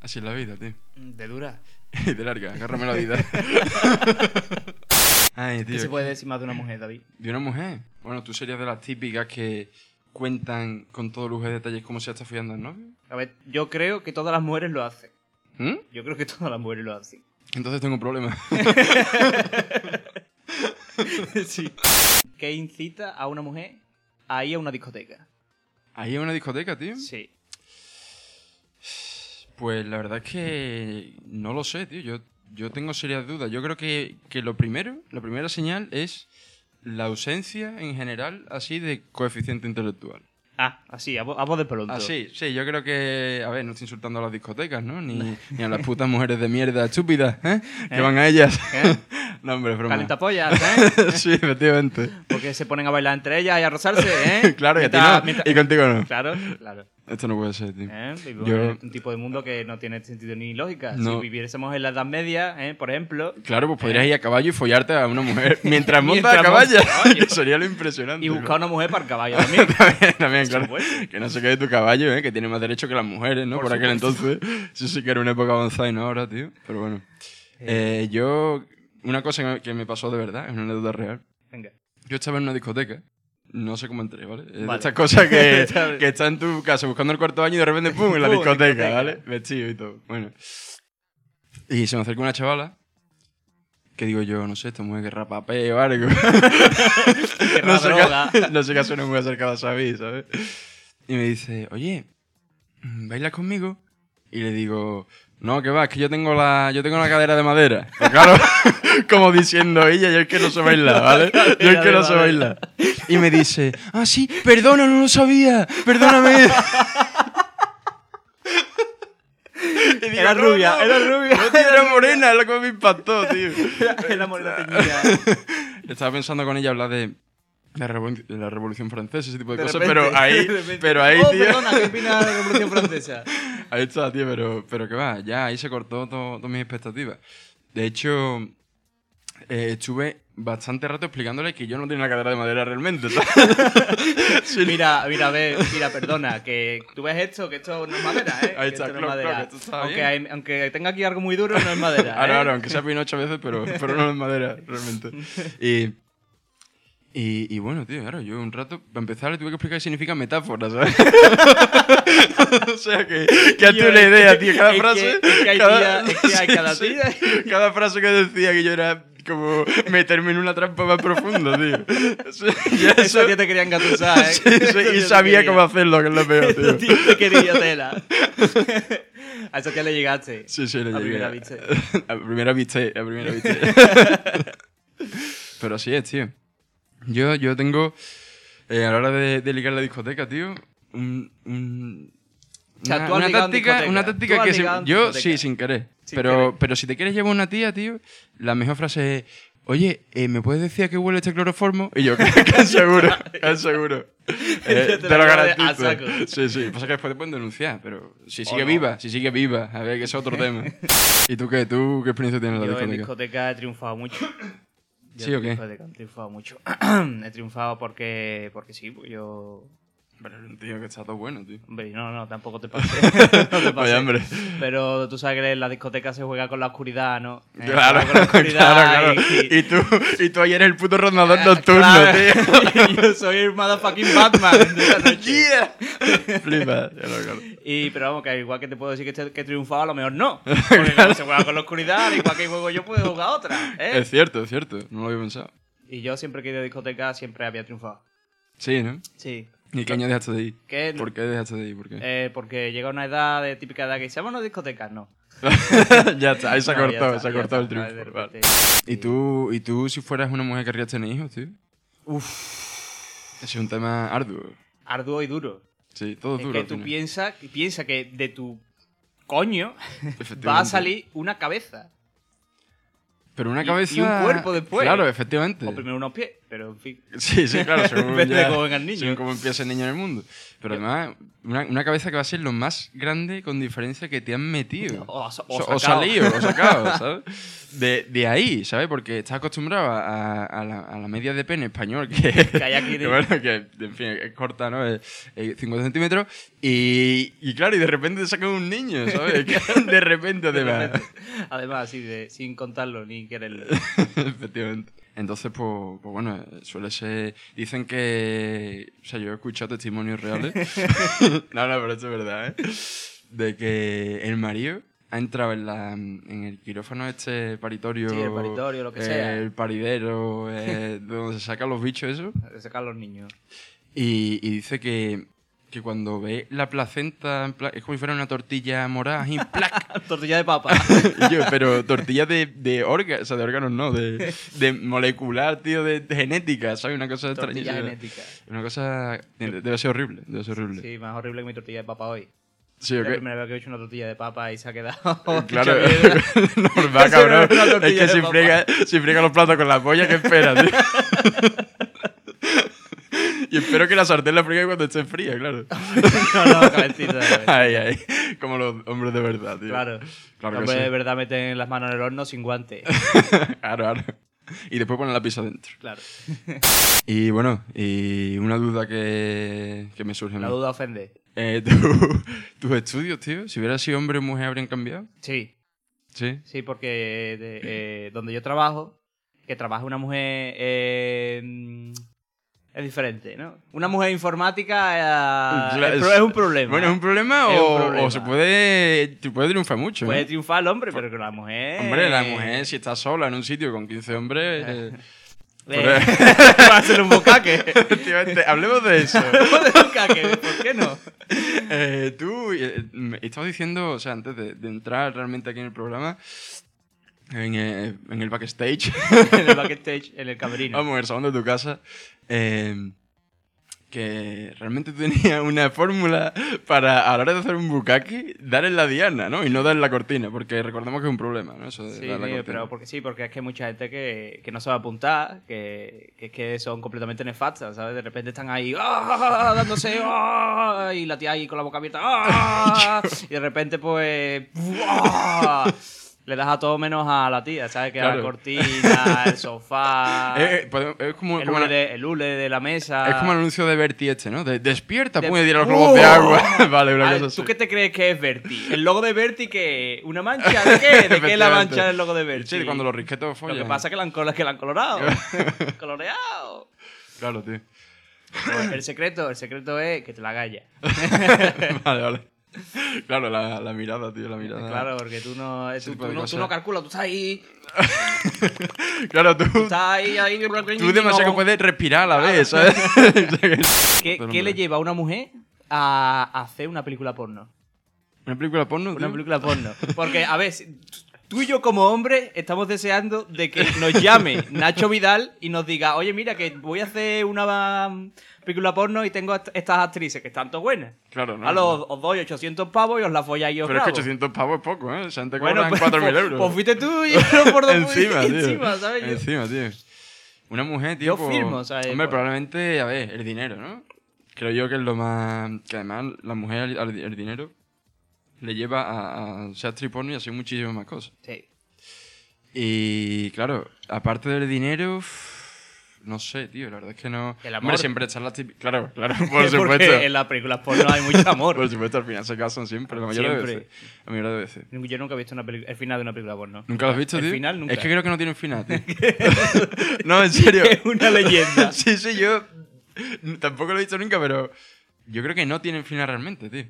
[SPEAKER 2] Así es la vida, tío.
[SPEAKER 3] De dura.
[SPEAKER 2] Y de larga, agárrame la vida. Ay, tío.
[SPEAKER 3] ¿Qué se puede decir más de una mujer, David?
[SPEAKER 2] De una mujer. Bueno, tú serías de las típicas que cuentan con todo lujo de detalles cómo se está follando el novio.
[SPEAKER 3] A ver, yo creo que todas las mujeres lo hacen.
[SPEAKER 2] ¿Mm?
[SPEAKER 3] Yo creo que todas las mujeres lo hacen.
[SPEAKER 2] Entonces tengo un problema.
[SPEAKER 3] sí. ¿Qué incita a una mujer a ir a una discoteca?
[SPEAKER 2] Ahí es una discoteca, tío.
[SPEAKER 3] Sí.
[SPEAKER 2] Pues la verdad es que no lo sé, tío. Yo, yo tengo serias dudas. Yo creo que, que lo primero, la primera señal es la ausencia en general así de coeficiente intelectual.
[SPEAKER 3] Ah, así, a, vo- a voz de pronto.
[SPEAKER 2] Ah, sí, sí, yo creo que... A ver, no estoy insultando a las discotecas, ¿no? Ni, ni a las putas mujeres de mierda estúpidas, ¿eh? Que
[SPEAKER 3] Eh.
[SPEAKER 2] van a ellas.
[SPEAKER 3] ¿Eh?
[SPEAKER 2] no, hombre, es broma.
[SPEAKER 3] Calentapollas, ¿eh?
[SPEAKER 2] sí, efectivamente.
[SPEAKER 3] Porque se ponen a bailar entre ellas y a rozarse, ¿eh?
[SPEAKER 2] Claro, y a ti
[SPEAKER 3] Mientras-
[SPEAKER 2] no.
[SPEAKER 3] mientras-
[SPEAKER 2] Y contigo no.
[SPEAKER 3] Claro, claro.
[SPEAKER 2] Esto no puede ser, tío.
[SPEAKER 3] ¿eh? Vivimos
[SPEAKER 2] Yo-
[SPEAKER 3] en un tipo de mundo que no tiene sentido ni lógica. Si
[SPEAKER 2] No.
[SPEAKER 3] viviésemos en la Edad Media, ¿eh? por ejemplo,
[SPEAKER 2] Claro, pues podrías ir a caballo y follarte a una mujer mientras montas a
[SPEAKER 3] ¿Eh? Mientras
[SPEAKER 2] caballo.
[SPEAKER 3] montas a caballo.
[SPEAKER 2] Sería lo impresionante.
[SPEAKER 3] y
[SPEAKER 2] ¿no?
[SPEAKER 3] buscar una mujer para el caballo también.
[SPEAKER 2] También, claro.
[SPEAKER 3] supuesto.
[SPEAKER 2] Que no se quede tu caballo, ¿eh? que tiene más derecho que las mujeres, ¿no? Por,
[SPEAKER 3] Por
[SPEAKER 2] aquel entonces. Eso sí que era una época avanzada y no ahora, tío. Pero bueno. Eh, yo, una cosa que me- que me pasó de verdad, es una anécdota real.
[SPEAKER 3] Venga.
[SPEAKER 2] Yo estaba en una discoteca. No sé cómo entré, ¿vale? Es de
[SPEAKER 3] Vale.
[SPEAKER 2] Estas cosas que,
[SPEAKER 3] Está-
[SPEAKER 2] que está en tu casa buscando el cuarto baño y de repente ¡pum! en la
[SPEAKER 3] ¡Pum!
[SPEAKER 2] discoteca,
[SPEAKER 3] Discoteca.
[SPEAKER 2] ¿vale? Vestido y todo. Bueno. Y se me acercó una chavala que digo yo, no sé, esta mujer que rapapeo o algo.
[SPEAKER 3] Querrá
[SPEAKER 2] no, sé
[SPEAKER 3] droga.
[SPEAKER 2] qué, no sé qué suena muy acercado a Xavi, ¿sabes? Y me dice, oye, ¿bailas conmigo? Y le digo, no, que va, es que yo tengo la, yo tengo la cadera de madera. Y claro, como diciendo ella, yo es que no sé bailar, ¿vale? Yo es que no sé bailar. Y me dice, ah, sí, perdona, no lo sabía, perdóname. Y digo,
[SPEAKER 3] Era
[SPEAKER 2] "No,
[SPEAKER 3] rubia,
[SPEAKER 2] no,
[SPEAKER 3] era rubia.
[SPEAKER 2] no, tío, era morena, es lo que me impactó, tío.
[SPEAKER 3] Es la morena teñida.
[SPEAKER 2] Pues Estaba pensando con ella hablar de la, revol- de la Revolución Francesa, ese tipo de,
[SPEAKER 3] De
[SPEAKER 2] cosas,
[SPEAKER 3] repente,
[SPEAKER 2] pero ahí,
[SPEAKER 3] de repente.
[SPEAKER 2] pero ahí,
[SPEAKER 3] Oh,
[SPEAKER 2] tío,
[SPEAKER 3] perdona, ¿qué opina de la Revolución Francesa?
[SPEAKER 2] ahí está, tío, pero, pero que va, ya ahí se cortó todo- todas mis expectativas. De hecho, eh, estuve bastante rato explicándole que yo no tenía una cadera de madera realmente, ¿sabes?
[SPEAKER 3] Mira, mira, ve, mira, perdona, que tú ves esto, que esto no es madera, ¿eh?
[SPEAKER 2] Ahí
[SPEAKER 3] Que
[SPEAKER 2] está,
[SPEAKER 3] esto no es
[SPEAKER 2] claro,
[SPEAKER 3] madera.
[SPEAKER 2] claro, que esto está
[SPEAKER 3] aunque,
[SPEAKER 2] bien.
[SPEAKER 3] hay- aunque tenga aquí algo muy duro, no es madera. ¿eh?
[SPEAKER 2] Ahora, ahora, aunque sea pino ocho veces, pero, pero no es madera, realmente. Y, y, y bueno, tío, claro, yo un rato, para empezar, le tuve que explicar qué significa metáfora, ¿sabes? o sea, que, que hazte
[SPEAKER 3] Tío,
[SPEAKER 2] una
[SPEAKER 3] es
[SPEAKER 2] idea,
[SPEAKER 3] que-
[SPEAKER 2] tío, cada
[SPEAKER 3] es que-
[SPEAKER 2] frase...
[SPEAKER 3] es que hay
[SPEAKER 2] cada,
[SPEAKER 3] día- es que hay cada día.
[SPEAKER 2] cada frase que decía que yo era como meterme en una trampa más profunda, tío. O sea, ya
[SPEAKER 3] Eso
[SPEAKER 2] eso-
[SPEAKER 3] tío te quería engatusar, ¿eh?
[SPEAKER 2] sí, sí,
[SPEAKER 3] Eso
[SPEAKER 2] y
[SPEAKER 3] tío te
[SPEAKER 2] sabía
[SPEAKER 3] quería.
[SPEAKER 2] cómo hacerlo, que es lo peor, tío.
[SPEAKER 3] Eso tío te quería tela. A eso que le llegaste.
[SPEAKER 2] Sí, sí, le
[SPEAKER 3] A
[SPEAKER 2] llegué.
[SPEAKER 3] primera vista.
[SPEAKER 2] a primera vista, a primera vista. Pero así es, tío. Yo, yo tengo, eh, a la hora de, de ligar la discoteca, tío, un, un-
[SPEAKER 3] O sea,
[SPEAKER 2] una,
[SPEAKER 3] tú has
[SPEAKER 2] una
[SPEAKER 3] ligado en
[SPEAKER 2] táctica,
[SPEAKER 3] discoteca.
[SPEAKER 2] una
[SPEAKER 3] Tú
[SPEAKER 2] táctica
[SPEAKER 3] has
[SPEAKER 2] que... sin-
[SPEAKER 3] ligado en
[SPEAKER 2] yo
[SPEAKER 3] discoteca.
[SPEAKER 2] sí, sin querer.
[SPEAKER 3] Sin
[SPEAKER 2] pero,
[SPEAKER 3] querer.
[SPEAKER 2] pero si te quieres llevar una tía, tío, la mejor frase es, oye, eh, ¿me puedes decir a qué huele este cloroformo? Y yo, casi seguro, casi seguro. Eh,
[SPEAKER 3] Yo te
[SPEAKER 2] te
[SPEAKER 3] la
[SPEAKER 2] lo
[SPEAKER 3] acabo de- a
[SPEAKER 2] garantizo.
[SPEAKER 3] saco.
[SPEAKER 2] Sí, sí. Pasa que después te pueden denunciar, pero si sigue
[SPEAKER 3] no.
[SPEAKER 2] viva, si sigue viva, a ver, que ese es otro tema. ¿Y tú qué? ¿Tú qué experiencia tienes en la
[SPEAKER 3] Yo en
[SPEAKER 2] discoteca?
[SPEAKER 3] discoteca he triunfado mucho. Yo
[SPEAKER 2] ¿Sí o
[SPEAKER 3] en
[SPEAKER 2] qué?
[SPEAKER 3] discoteca He triunfado mucho. he triunfado porque, porque sí, porque yo...
[SPEAKER 2] Pero un tío que está todo bueno, tío.
[SPEAKER 3] Hombre, no, no, tampoco te pases. no te pases.
[SPEAKER 2] Oye, hombre.
[SPEAKER 3] Pero tú sabes que en la discoteca se juega con la oscuridad, ¿no? Eh, se
[SPEAKER 2] Claro,
[SPEAKER 3] juega con la
[SPEAKER 2] claro,
[SPEAKER 3] oscuridad
[SPEAKER 2] claro.
[SPEAKER 3] y- Eh,
[SPEAKER 2] Y tú, y tú ayer eres el puto rondador nocturno, tío.
[SPEAKER 3] Claro. Yo soy el motherfucking Batman de esta noche.
[SPEAKER 2] Yeah. Flipa, ya lo acabo.
[SPEAKER 3] Y, pero vamos, que igual que te puedo decir que, te- que he triunfado, a lo mejor no. Porque como se juega con la oscuridad, al igual que juego yo, puedo jugar otra. ¿eh?
[SPEAKER 2] Es cierto, es cierto. No lo había pensado.
[SPEAKER 3] Y yo siempre que he ido a discoteca siempre había triunfado.
[SPEAKER 2] Sí, ¿no?
[SPEAKER 3] Sí.
[SPEAKER 2] ¿Y qué año dejaste de ir?
[SPEAKER 3] ¿Qué?
[SPEAKER 2] ¿Por qué dejaste de ir? ¿Por qué?
[SPEAKER 3] Eh, porque llega una edad de típica edad que dice, vámonos a discotecas, no.
[SPEAKER 2] ya está, ahí se ha
[SPEAKER 3] No, ya
[SPEAKER 2] cortado,
[SPEAKER 3] está,
[SPEAKER 2] se ha
[SPEAKER 3] ya
[SPEAKER 2] cortado el
[SPEAKER 3] está, de
[SPEAKER 2] triunfo. vale.
[SPEAKER 3] repente-
[SPEAKER 2] ¿Y tú, ¿Y tú, si fueras una mujer, querrías tener hijos, tío? Uf. Ese es un tema arduo.
[SPEAKER 3] Arduo y duro.
[SPEAKER 2] Sí, todo
[SPEAKER 3] Es
[SPEAKER 2] duro.
[SPEAKER 3] que
[SPEAKER 2] al
[SPEAKER 3] tú
[SPEAKER 2] final.
[SPEAKER 3] piensas piensa que de tu coño va a
[SPEAKER 2] Efectivamente.
[SPEAKER 3] salir una cabeza.
[SPEAKER 2] Pero una
[SPEAKER 3] y-
[SPEAKER 2] cabeza.
[SPEAKER 3] y un cuerpo después.
[SPEAKER 2] Claro, efectivamente.
[SPEAKER 3] O primero unos pies, pero en fin.
[SPEAKER 2] Sí, sí, claro. Según
[SPEAKER 3] Depende
[SPEAKER 2] ya-
[SPEAKER 3] de cómo venga el niño.
[SPEAKER 2] según cómo empieza el niño en el mundo. Pero además, una, una cabeza que va a ser lo más grande con diferencia que te han metido.
[SPEAKER 3] O- o sa- o
[SPEAKER 2] So- o
[SPEAKER 3] sacado.
[SPEAKER 2] salido, o sacado, ¿sabes? De, de ahí, ¿sabes? Porque estás acostumbrado a, a la, a la media de pene español que,
[SPEAKER 3] Que hay aquí de-
[SPEAKER 2] que bueno, que, en fin, es corta, ¿no? Es- es 50 centímetros. Y, y claro, y de repente te sacan un niño, ¿sabes? Que de repente, además.
[SPEAKER 3] Además, así de, sin contarlo ni quererlo.
[SPEAKER 2] Efectivamente. Entonces, pues, pues bueno, eh, suele ser. Dicen que. O sea, yo he escuchado testimonios reales. no, no, pero esto es verdad, ¿eh? De que el marido ha entrado en, la, en el quirófano este paritorio.
[SPEAKER 3] Sí, el paritorio, lo que
[SPEAKER 2] eh,
[SPEAKER 3] sea.
[SPEAKER 2] El paridero, eh, donde se sacan los bichos, eso.
[SPEAKER 3] De sacar a los niños.
[SPEAKER 2] Y, y dice que, que cuando ve la placenta, en pla- es como si fuera una tortilla morada, así, ¡plac!
[SPEAKER 3] Tortilla de papa.
[SPEAKER 2] Y yo, pero tortilla de, de órganos, o sea, de órganos no, de, de molecular, tío, de, de genética, ¿sabes? Una cosa
[SPEAKER 3] tortilla
[SPEAKER 2] extrañísima.
[SPEAKER 3] genética.
[SPEAKER 2] Una cosa... de- Debe ser horrible, debe ser horrible. Sí,
[SPEAKER 3] Sí, más horrible que mi tortilla de papa hoy.
[SPEAKER 2] ¿o
[SPEAKER 3] La
[SPEAKER 2] qué?
[SPEAKER 3] primera vez que he hecho una tortilla de papa y se ha quedado.
[SPEAKER 2] Claro,
[SPEAKER 3] hecha mierda.
[SPEAKER 2] normal,
[SPEAKER 3] Eso no es una
[SPEAKER 2] cabrón. Es
[SPEAKER 3] tortilla
[SPEAKER 2] que
[SPEAKER 3] de
[SPEAKER 2] si
[SPEAKER 3] papa.
[SPEAKER 2] friega, si friega los platos con la polla, ¿qué esperas, tío? Y espero que la sartén la fríe cuando esté fría, claro.
[SPEAKER 3] no, no, calentita.
[SPEAKER 2] Ay, ay. Como los hombres de verdad, tío.
[SPEAKER 3] Claro.
[SPEAKER 2] Claro
[SPEAKER 3] Los
[SPEAKER 2] que sí.
[SPEAKER 3] hombres de verdad meten las manos en el horno sin guantes.
[SPEAKER 2] Claro, claro. Y después ponen la pizza dentro.
[SPEAKER 3] Claro.
[SPEAKER 2] Y bueno, y una duda que, que me surge. a mí.
[SPEAKER 3] La duda ofende.
[SPEAKER 2] Eh, tu- tus estudios, tío, si hubiera sido hombre o mujer, habrían cambiado.
[SPEAKER 3] Sí.
[SPEAKER 2] Sí.
[SPEAKER 3] Sí, porque de- eh, donde yo trabajo, que trabaja una mujer eh, mm, es diferente, ¿no? Una mujer informática eh,
[SPEAKER 2] Claro,
[SPEAKER 3] es, pro- es un problema.
[SPEAKER 2] Bueno, ¿es un problema,
[SPEAKER 3] Es un
[SPEAKER 2] o,
[SPEAKER 3] problema.
[SPEAKER 2] o se puede, te puede triunfar mucho? ¿no?
[SPEAKER 3] Puede Eh. triunfar el hombre, pero que la mujer...
[SPEAKER 2] Hombre, la mujer, si está sola en un sitio con 15 hombres. eh,
[SPEAKER 3] eh, va a ser un bocaque.
[SPEAKER 2] Efectivamente, este, hablemos de eso.
[SPEAKER 3] Un bocaque, ¿Por qué no?
[SPEAKER 2] Eh, tú eh, me estabas diciendo, o sea, antes de, de entrar realmente aquí en el programa, en, eh, en el backstage,
[SPEAKER 3] En el backstage, en el camerino.
[SPEAKER 2] vamos, en el salón de tu casa, eh, que realmente tú tenías una fórmula para a la hora de hacer un bukkake, dar en la diana, ¿no? Y no dar en la cortina, porque recordemos que es un problema, ¿no? Eso de
[SPEAKER 3] Sí,
[SPEAKER 2] dar en la
[SPEAKER 3] sí,
[SPEAKER 2] cortina.
[SPEAKER 3] pero porque sí, porque es que hay mucha gente que, que no sabe apuntar, que, que es que son completamente nefastas, ¿sabes? De repente están ahí ¡ah! dándose ¡ah! y la tía ahí con la boca abierta ¡ah! y de repente pues ¡ah! le das a todo menos a la tía, ¿sabes? Que a
[SPEAKER 2] Claro.
[SPEAKER 3] la cortina, el sofá,
[SPEAKER 2] Eh, eh, podemos- es como,
[SPEAKER 3] el,
[SPEAKER 2] como
[SPEAKER 3] hule
[SPEAKER 2] la-
[SPEAKER 3] de, el hule de la mesa.
[SPEAKER 2] es como el anuncio de Bertie este, ¿no? De, despierta,
[SPEAKER 3] De-
[SPEAKER 2] puede tirar los globos de
[SPEAKER 3] ¡Oh!
[SPEAKER 2] agua. vale, una
[SPEAKER 3] Ah,
[SPEAKER 2] cosa así.
[SPEAKER 3] ¿Tú qué te crees que es Berti? ¿El logo de Berti qué? ¿Una mancha? ¿De qué? ¿De qué es la mancha del logo de Berti?
[SPEAKER 2] Sí, cuando los risquetos
[SPEAKER 3] Lo
[SPEAKER 2] follan.
[SPEAKER 3] que pasa es que la han, col- que la han colorado. coloreado.
[SPEAKER 2] Claro, tío.
[SPEAKER 3] Pues el secreto, el secreto es que te la galla.
[SPEAKER 2] vale, vale. Claro, la, la mirada, tío, la mirada.
[SPEAKER 3] Pues Claro, porque tú no, eh,
[SPEAKER 2] Ese
[SPEAKER 3] tú,
[SPEAKER 2] tipo de
[SPEAKER 3] tú no, tú
[SPEAKER 2] cosas.
[SPEAKER 3] no calculas, tú estás ahí,
[SPEAKER 2] Claro, tú,
[SPEAKER 3] tú estás ahí, ahí.
[SPEAKER 2] tú demasiado que puedes respirar a la vez, ¿sabes? O sea que-
[SPEAKER 3] ¿Qué,
[SPEAKER 2] Pero,
[SPEAKER 3] qué le
[SPEAKER 2] hombre.
[SPEAKER 3] lleva a una mujer a hacer una película porno?
[SPEAKER 2] ¿Una película porno?
[SPEAKER 3] Una
[SPEAKER 2] tío?
[SPEAKER 3] película porno. Porque, a ver, si- tú y yo como hombre estamos deseando de que nos llame Nacho Vidal y nos diga, oye, mira, que voy a hacer una um, película porno y tengo est- estas actrices que están tan buenas.
[SPEAKER 2] Claro, no.
[SPEAKER 3] A los os doy 800 pavos y os la folláis y os
[SPEAKER 2] Pero es que
[SPEAKER 3] grabo.
[SPEAKER 2] 800 pavos es poco, ¿eh? O sea, te
[SPEAKER 3] Bueno,
[SPEAKER 2] cobran
[SPEAKER 3] pues,
[SPEAKER 2] 4.000
[SPEAKER 3] pues-
[SPEAKER 2] euros.
[SPEAKER 3] Pues fuiste tú y yo por dos
[SPEAKER 2] encima, tío.
[SPEAKER 3] encima, ¿sabes? Yo-
[SPEAKER 2] Encima, tío. Una mujer, tío. pues,
[SPEAKER 3] Yo firmo, eh, ¿sabes?
[SPEAKER 2] Hombre,
[SPEAKER 3] Por-
[SPEAKER 2] probablemente, a ver, el dinero, ¿no? Creo yo que es lo más. Que además la mujer, al- al- el dinero, le lleva a, a ser actriz porno y a hacer muchísimas más cosas.
[SPEAKER 3] Sí.
[SPEAKER 2] Y claro, aparte del dinero. uff, No sé, tío, la verdad es que no.
[SPEAKER 3] El amor.
[SPEAKER 2] Hombre, siempre están las típicas. Claro, claro, por
[SPEAKER 3] Porque
[SPEAKER 2] supuesto.
[SPEAKER 3] en las películas porno hay mucho amor.
[SPEAKER 2] Por supuesto, al final se casan siempre, la mayoría
[SPEAKER 3] Siempre.
[SPEAKER 2] de veces. La mayoría de veces.
[SPEAKER 3] Yo nunca he visto una peli- el final de una película porno.
[SPEAKER 2] ¿Nunca lo has visto,
[SPEAKER 3] El
[SPEAKER 2] tío?
[SPEAKER 3] final nunca.
[SPEAKER 2] Es que creo que no tiene un final, tío. no, en serio.
[SPEAKER 3] Es una leyenda.
[SPEAKER 2] sí, sí, yo tampoco lo he visto nunca, pero yo creo que no tienen final realmente, tío.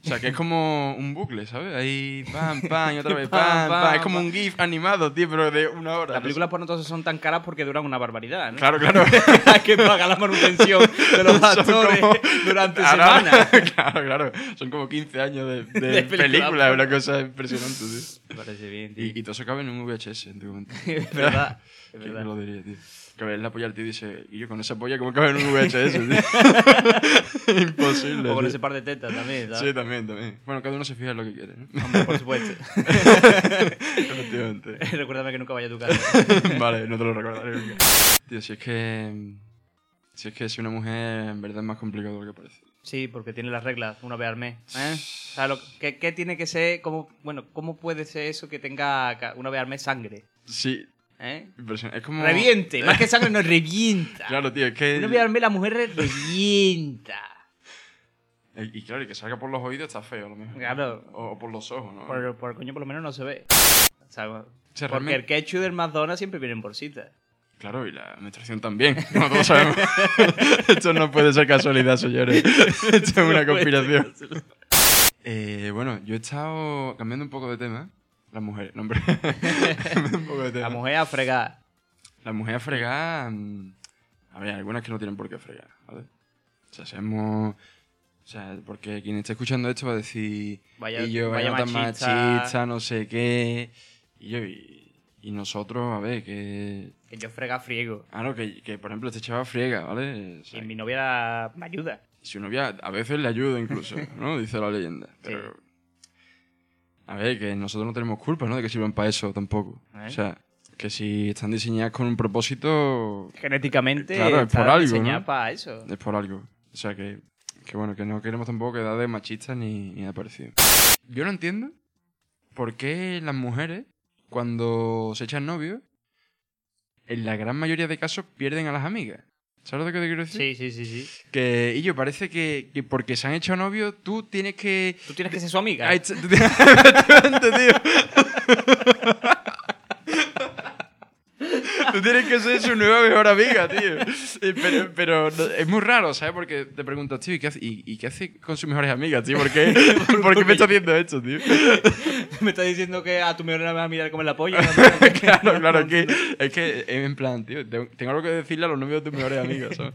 [SPEAKER 2] O sea, que es como un bucle, ¿sabes? Ahí, pam, pam, y otra vez, pam,
[SPEAKER 3] Pam,
[SPEAKER 2] pam.
[SPEAKER 3] pam,
[SPEAKER 2] Es como
[SPEAKER 3] pam.
[SPEAKER 2] un GIF animado, tío, pero de una hora.
[SPEAKER 3] Las películas porno entonces son tan caras porque duran una barbaridad, ¿no?
[SPEAKER 2] Claro, claro.
[SPEAKER 3] Hay que pagar la manutención de los
[SPEAKER 2] Son
[SPEAKER 3] actores
[SPEAKER 2] como-
[SPEAKER 3] durante
[SPEAKER 2] Ahora-
[SPEAKER 3] semanas.
[SPEAKER 2] claro, claro. Son como 15 años de, de,
[SPEAKER 3] De película,
[SPEAKER 2] película,
[SPEAKER 3] por
[SPEAKER 2] una cosa impresionante, tío.
[SPEAKER 3] Me parece bien, tío.
[SPEAKER 2] Y, y todo eso cabe en un VHS en tu momento.
[SPEAKER 3] Es verdad. Es
[SPEAKER 2] ¿Quién me
[SPEAKER 3] verdad.
[SPEAKER 2] lo diría, tío? Que ves la polla al tío y dice, y yo con esa polla, ¿cómo cabe en un VHS, tío? Imposible.
[SPEAKER 3] O con
[SPEAKER 2] tío.
[SPEAKER 3] ese par de tetas también, ¿sabes?
[SPEAKER 2] Sí, también, también. Bueno, cada uno se fija en lo que quiere, ¿no?
[SPEAKER 3] Hombre, por supuesto.
[SPEAKER 2] Efectivamente.
[SPEAKER 3] Recuérdame que nunca vaya a tu casa.
[SPEAKER 2] vale, no te lo recordaré nunca. Tío, si es que. Si es que si una mujer en verdad es más complicado de lo que parece.
[SPEAKER 3] Sí, porque tiene las reglas una vez al mes. ¿eh? O sea, lo- ¿qué, qué tiene que ser? ¿Cómo, bueno, ¿cómo puede ser eso que tenga ca- una vez al mes sangre?
[SPEAKER 2] Sí,
[SPEAKER 3] ¿eh?
[SPEAKER 2] impresionante. Es como.
[SPEAKER 3] Reviente, más que sangre, no revienta.
[SPEAKER 2] Claro, tío, es que.
[SPEAKER 3] Una vez al mes la mujer revienta.
[SPEAKER 2] Eh, Y claro, y que salga por los oídos está feo, a lo mejor.
[SPEAKER 3] Claro.
[SPEAKER 2] O, o por los ojos, ¿no?
[SPEAKER 3] Por, por coño, por lo menos no se ve. O
[SPEAKER 2] Se
[SPEAKER 3] sea, porque
[SPEAKER 2] realmente-
[SPEAKER 3] el ketchup del McDonald's siempre viene en bolsita.
[SPEAKER 2] Claro, y la menstruación también, como todos sabemos. Esto no puede ser casualidad, señores. Esto es una conspiración. Eh, bueno, yo he estado cambiando un poco de tema. Las mujeres, no, hombre. Cambiando un poco de tema.
[SPEAKER 3] La mujer a fregar.
[SPEAKER 2] Las mujeres fregadas. mm, A ver, algunas que no tienen por qué fregar, ¿vale? O sea, seamos. O sea, porque quien esté escuchando esto va a decir.
[SPEAKER 3] Vaya-
[SPEAKER 2] y yo,
[SPEAKER 3] vaya
[SPEAKER 2] vaya tan
[SPEAKER 3] machista".
[SPEAKER 2] machista, no sé qué. Y yo, y, y nosotros, a ver, que.
[SPEAKER 3] Que yo frega friego.
[SPEAKER 2] Claro, que, que por ejemplo este chaval friega, ¿vale? O sea,
[SPEAKER 3] Y mi novia me ayuda.
[SPEAKER 2] Su novia a veces le ayuda incluso, ¿no? Dice la leyenda. Pero. A ver, que nosotros no tenemos culpa, ¿no? De que sirvan para eso tampoco.
[SPEAKER 3] ¿Eh?
[SPEAKER 2] O sea, Que si están diseñadas con un propósito,
[SPEAKER 3] Genéticamente
[SPEAKER 2] Claro, es
[SPEAKER 3] está
[SPEAKER 2] por algo,
[SPEAKER 3] diseñada
[SPEAKER 2] ¿no?
[SPEAKER 3] para eso.
[SPEAKER 2] es por algo. O sea que, que bueno, que no queremos tampoco quedar de machistas ni, ni nada parecido. Yo no entiendo por qué las mujeres, cuando se echan novios, en la gran mayoría de casos pierden a las amigas. ¿Sabes lo que te quiero decir?
[SPEAKER 3] Sí, sí, sí, sí.
[SPEAKER 2] Que, y yo parece que, que porque se han hecho novios, tú tienes que.
[SPEAKER 3] Tú tienes que ser su amiga.
[SPEAKER 2] Ay, t- tú tienes- Efectivamente, tío. Tú tienes que ser su nueva mejor amiga, tío. Eh, Pero, pero no- es muy raro, ¿sabes? Porque te preguntas, tío, ¿y qué hace, y, y qué hace con sus mejores amigas, tío? ¿Por qué, ¿Por qué me está haciendo esto, tío?
[SPEAKER 3] Me estás diciendo que a tu mejor amiga me vas a mirar como la polla.
[SPEAKER 2] claro, claro, que, es que es en plan, tío, tengo tengo algo que decirle a los novios de tus mejores amigas, ¿sabes?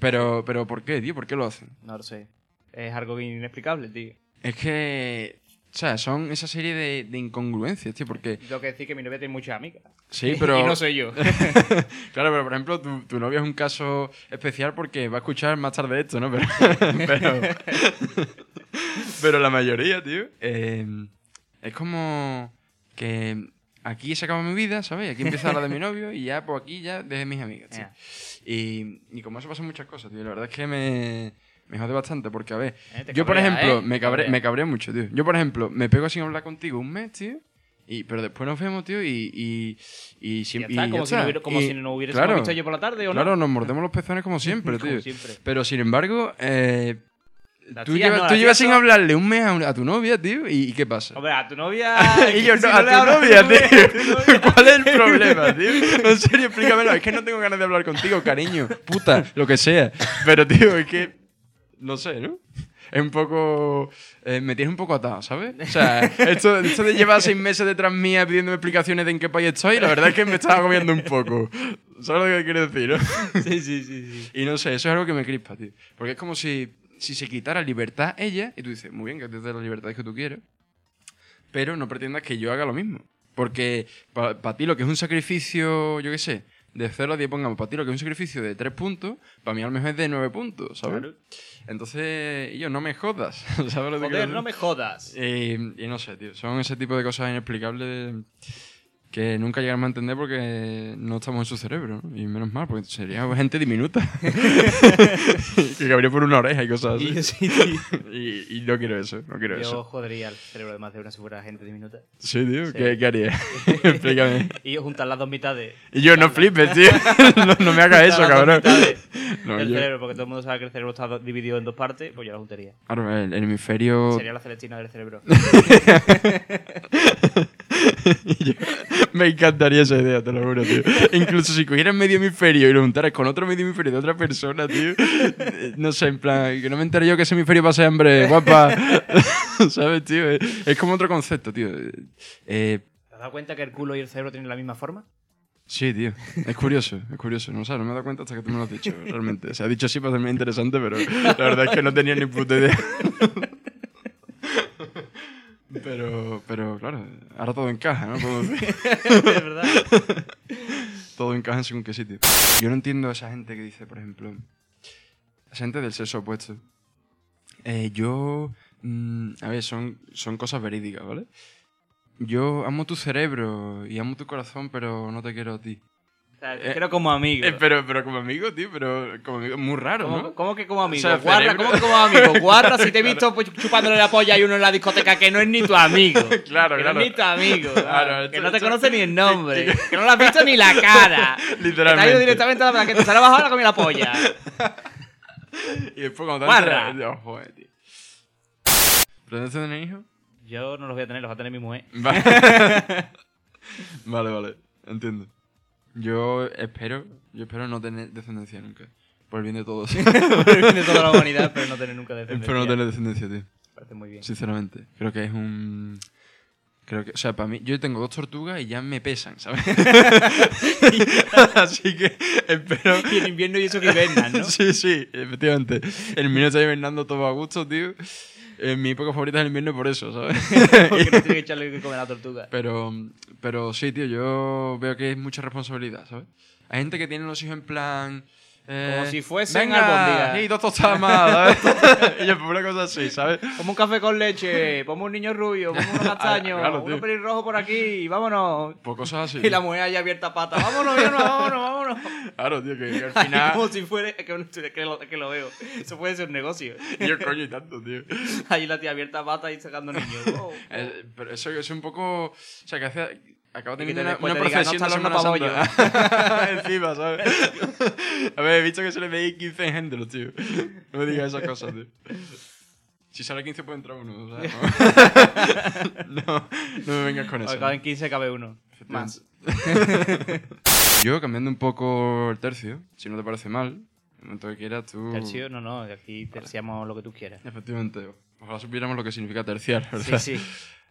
[SPEAKER 2] Pero, pero ¿por qué, tío? ¿Por qué lo hacen?
[SPEAKER 3] No lo sé. Es algo inexplicable, tío.
[SPEAKER 2] Es que, o sea, son esa serie de, de incongruencias, tío, porque...
[SPEAKER 3] Tengo que decir que mi novia tiene muchas amigas.
[SPEAKER 2] Sí, pero...
[SPEAKER 3] y no soy yo.
[SPEAKER 2] Claro, pero por ejemplo, tu, tu novia es un caso especial porque va a escuchar más tarde esto, ¿no? Pero, pero, pero la mayoría, tío. eh, es como que aquí se acaba mi vida, ¿sabes? Aquí empieza la de mi novio y ya por aquí ya desde mis amigas. tío.
[SPEAKER 3] Ya.
[SPEAKER 2] Y, y como eso pasan muchas cosas, tío. La verdad es que me, me jode bastante porque, a ver,
[SPEAKER 3] Eh, te
[SPEAKER 2] yo por
[SPEAKER 3] cabrea,
[SPEAKER 2] ejemplo,
[SPEAKER 3] ¿eh?
[SPEAKER 2] me, cabré,
[SPEAKER 3] Cabrea.
[SPEAKER 2] me cabré mucho, tío. Yo por ejemplo, me pego sin hablar contigo un mes, tío. Y, pero después nos vemos, tío, y, y, y
[SPEAKER 3] Ya
[SPEAKER 2] siempre...
[SPEAKER 3] está,
[SPEAKER 2] y ya
[SPEAKER 3] como, si
[SPEAKER 2] está.
[SPEAKER 3] no hubiera, como
[SPEAKER 2] Y-
[SPEAKER 3] si no hubiéramos
[SPEAKER 2] claro,
[SPEAKER 3] visto yo por la tarde o no.
[SPEAKER 2] Claro, nos mordemos los pezones como siempre,
[SPEAKER 3] Como
[SPEAKER 2] tío.
[SPEAKER 3] siempre.
[SPEAKER 2] Pero sin embargo, eh,
[SPEAKER 3] Las
[SPEAKER 2] tú,
[SPEAKER 3] tías
[SPEAKER 2] llevas,
[SPEAKER 3] no,
[SPEAKER 2] tú
[SPEAKER 3] las
[SPEAKER 2] llevas
[SPEAKER 3] tías
[SPEAKER 2] sin
[SPEAKER 3] son-
[SPEAKER 2] hablarle un mes a, un- a tu novia, tío, ¿y, y qué pasa?
[SPEAKER 3] Hombre, a tu novia.
[SPEAKER 2] Y yo,
[SPEAKER 3] si
[SPEAKER 2] no,
[SPEAKER 3] no
[SPEAKER 2] a
[SPEAKER 3] le
[SPEAKER 2] tu
[SPEAKER 3] hablas,
[SPEAKER 2] novia,
[SPEAKER 3] a tu
[SPEAKER 2] tío.
[SPEAKER 3] novia.
[SPEAKER 2] ¿Cuál es el problema, tío? En serio, explícamelo. Es que no tengo ganas de hablar contigo, cariño. Puta, lo que sea. Pero, tío, es que. No sé, ¿no? Es un poco. eh, me tienes un poco atado, ¿sabes? O sea, esto, esto de llevar seis meses detrás mía pidiéndome explicaciones de en qué país estoy, la verdad es que me está agobiando un poco. ¿Sabes lo que quiero decir, no?
[SPEAKER 3] Sí, sí, sí. sí.
[SPEAKER 2] Y no sé, eso es algo que me crispa, tío. Porque es como si, si se quitara libertad ella, y tú dices, muy bien, que te dé la libertad que tú quieres, pero no pretendas que yo haga lo mismo. Porque para ti lo que es un sacrificio, yo qué sé, de 0 a 10, pongamos, para ti lo que es un sacrificio de 3 puntos, para mí a lo mejor es de 9 puntos, ¿sabes?
[SPEAKER 3] Claro.
[SPEAKER 2] Entonces, yo, no me jodas, ¿sabes lo que quiero
[SPEAKER 3] Joder,
[SPEAKER 2] decir?
[SPEAKER 3] no me jodas.
[SPEAKER 2] Y, y no sé, tío, son ese tipo de cosas inexplicables que nunca llegamos a entender porque no estamos en su cerebro, ¿no? Y menos mal, porque sería gente diminuta. que cabría por una oreja y cosas así.
[SPEAKER 3] Y yo sí, tío.
[SPEAKER 2] Y, y no quiero eso, no quiero
[SPEAKER 3] Yo
[SPEAKER 2] eso.
[SPEAKER 3] jodería el cerebro de más de una si fuera gente diminuta.
[SPEAKER 2] Sí, tío,
[SPEAKER 3] Sí.
[SPEAKER 2] ¿Qué, qué haría? Explícame.
[SPEAKER 3] Y yo juntar las dos mitades.
[SPEAKER 2] Y yo, no flipes, tío. no, no me hagas eso,
[SPEAKER 3] Juntar las
[SPEAKER 2] cabrón.
[SPEAKER 3] dos mitades
[SPEAKER 2] No,
[SPEAKER 3] del
[SPEAKER 2] yo-
[SPEAKER 3] cerebro, porque todo el mundo sabe que el cerebro está do- dividido en dos partes, pues yo la juntaría.
[SPEAKER 2] Claro, el, el hemisferio...
[SPEAKER 3] Sería la celestina del cerebro.
[SPEAKER 2] Y yo- me encantaría esa idea, te lo juro, tío. Incluso si cogieras medio hemisferio y lo juntaras con otro medio hemisferio de otra persona, tío. eh, No sé, en plan, que no me enteré yo que ese hemisferio pase hambre, guapa. ¿Sabes, tío? Eh, Es como otro concepto, tío. Eh,
[SPEAKER 3] ¿Te has dado cuenta que el culo y el cerebro tienen la misma forma?
[SPEAKER 2] sí, tío. Es curioso, es curioso. No, sé, no me he dado cuenta hasta que tú me lo has dicho, realmente. Se ha dicho así para hacerme interesante, pero la verdad es que no tenía ni puta idea. Pero, pero claro, ahora todo encaja, ¿no? Puedo decir.
[SPEAKER 3] es verdad.
[SPEAKER 2] todo encaja en según qué sitio. Yo no entiendo a esa gente que dice, por ejemplo, esa gente del sexo opuesto. Eh, yo, mm, a ver, son, son cosas verídicas, ¿vale? Yo amo tu cerebro y amo tu corazón, pero no te quiero a ti.
[SPEAKER 3] O sea, te quiero como amigo.
[SPEAKER 2] Eh, pero, pero como amigo, tío, pero como amigo, muy raro,
[SPEAKER 3] ¿Cómo,
[SPEAKER 2] ¿no?
[SPEAKER 3] cómo que como amigo?
[SPEAKER 2] sea, el
[SPEAKER 3] Guarra,
[SPEAKER 2] cerebro-
[SPEAKER 3] ¿cómo que como amigo? Guarra, si te he visto pues, chupándole la polla y uno en la discoteca que no es ni tu amigo.
[SPEAKER 2] Claro,
[SPEAKER 3] que
[SPEAKER 2] claro.
[SPEAKER 3] No es ni tu amigo. claro,
[SPEAKER 2] Claro,
[SPEAKER 3] que
[SPEAKER 2] esto-
[SPEAKER 3] no te
[SPEAKER 2] esto-
[SPEAKER 3] conoce ni el nombre. que no le has visto ni la cara. Que te ha
[SPEAKER 2] Literalmente.
[SPEAKER 3] ido directamente a la que te se la ha bajado la comida la polla.
[SPEAKER 2] Y después cuando te
[SPEAKER 3] Guarra.
[SPEAKER 2] enteras- oh, joder, tío. ¿Pretendes tener hijos?
[SPEAKER 3] Yo no los voy a tener, los va a tener mi mujer.
[SPEAKER 2] Vale. vale, vale. Entiendo. Yo espero, yo espero no tener descendencia nunca. Por el bien de todos. espero
[SPEAKER 3] de toda la humanidad, pero no tener nunca descendencia.
[SPEAKER 2] no tener descendencia, tío.
[SPEAKER 3] Me Parece muy bien.
[SPEAKER 2] Sinceramente. Creo que es un. Creo que. O sea, para mí. Yo tengo dos tortugas y ya me pesan, ¿sabes? Así que espero.
[SPEAKER 3] Y en invierno y eso que hibernan, ¿no?
[SPEAKER 2] Sí, sí, efectivamente. El mío está hibernando todo a gusto, tío. Eh, mi época favorita es el invierno por eso, ¿sabes?
[SPEAKER 3] Porque no tiene que echarle que comer a la tortuga.
[SPEAKER 2] Pero, pero sí, tío, yo veo que es mucha responsabilidad, ¿sabes? Hay gente que tiene los hijos en plan. Eh,
[SPEAKER 3] si fuesen
[SPEAKER 2] venga,
[SPEAKER 3] albóndigas.
[SPEAKER 2] Sí, dos tostadas más. ¿sabes? y yo, pues, una cosa así, ¿sabes?
[SPEAKER 3] Como un café con leche, ponme un niño rubio, ponme unos castaños,
[SPEAKER 2] Ah, Claro, tío.
[SPEAKER 3] uno pelirrojo por aquí, vámonos.
[SPEAKER 2] Pues cosas así.
[SPEAKER 3] Y la mujer allá abierta pata, vámonos, vámonos, vámonos, vámonos.
[SPEAKER 2] Claro, tío, que, que al
[SPEAKER 3] Ay,
[SPEAKER 2] final.
[SPEAKER 3] como si fuera que, que lo, que lo veo. Eso puede ser un negocio.
[SPEAKER 2] Yo coño y tanto, tío.
[SPEAKER 3] Ahí la tía abierta pata y sacando niños. Oh.
[SPEAKER 2] Eh, pero eso es un poco. O sea, que hace. Acaba
[SPEAKER 3] Y que
[SPEAKER 2] teniendo una,
[SPEAKER 3] después
[SPEAKER 2] una
[SPEAKER 3] te digan,
[SPEAKER 2] procesión
[SPEAKER 3] "No,
[SPEAKER 2] de
[SPEAKER 3] está
[SPEAKER 2] Semana
[SPEAKER 3] haciendo
[SPEAKER 2] Santa". Encima, ¿sabes? A ver, he visto que se le veía 15 engendros, tío. No me digas esas cosas, tío. Si sale 15 puede entrar uno, o sea, No, no, no me vengas con eso.
[SPEAKER 3] Acaba en 15 cabe uno. Más.
[SPEAKER 2] Yo, cambiando un poco el tercio, si no te parece mal, en el momento que quieras tú...
[SPEAKER 3] Tercio, no, no, aquí terciamos lo que tú quieras.
[SPEAKER 2] Efectivamente. Ojalá supiéramos lo que significa terciar,
[SPEAKER 3] Sí,
[SPEAKER 2] ¿verdad?
[SPEAKER 3] sí,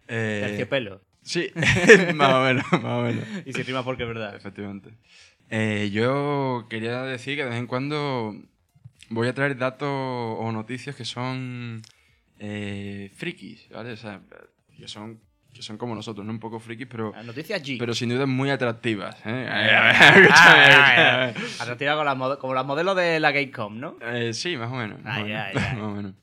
[SPEAKER 2] Eh,
[SPEAKER 3] terciopelo.
[SPEAKER 2] Sí, más o menos, más o menos.
[SPEAKER 3] Y si rima porque es verdad.
[SPEAKER 2] Efectivamente. Eh, yo quería decir que de vez en cuando voy a traer datos o noticias que son eh, frikis, ¿vale? O sea, que son, que son como nosotros, no un poco frikis, pero,
[SPEAKER 3] Las noticias G.
[SPEAKER 2] pero sin duda muy atractivas. ¿eh?
[SPEAKER 3] Ah, ah, ah. Atractiva con las mode- como las modelos de la Gamecom, ¿no?
[SPEAKER 2] Eh, sí, más o menos. más
[SPEAKER 3] Ay,
[SPEAKER 2] o menos,
[SPEAKER 3] ay, ay.
[SPEAKER 2] más o menos.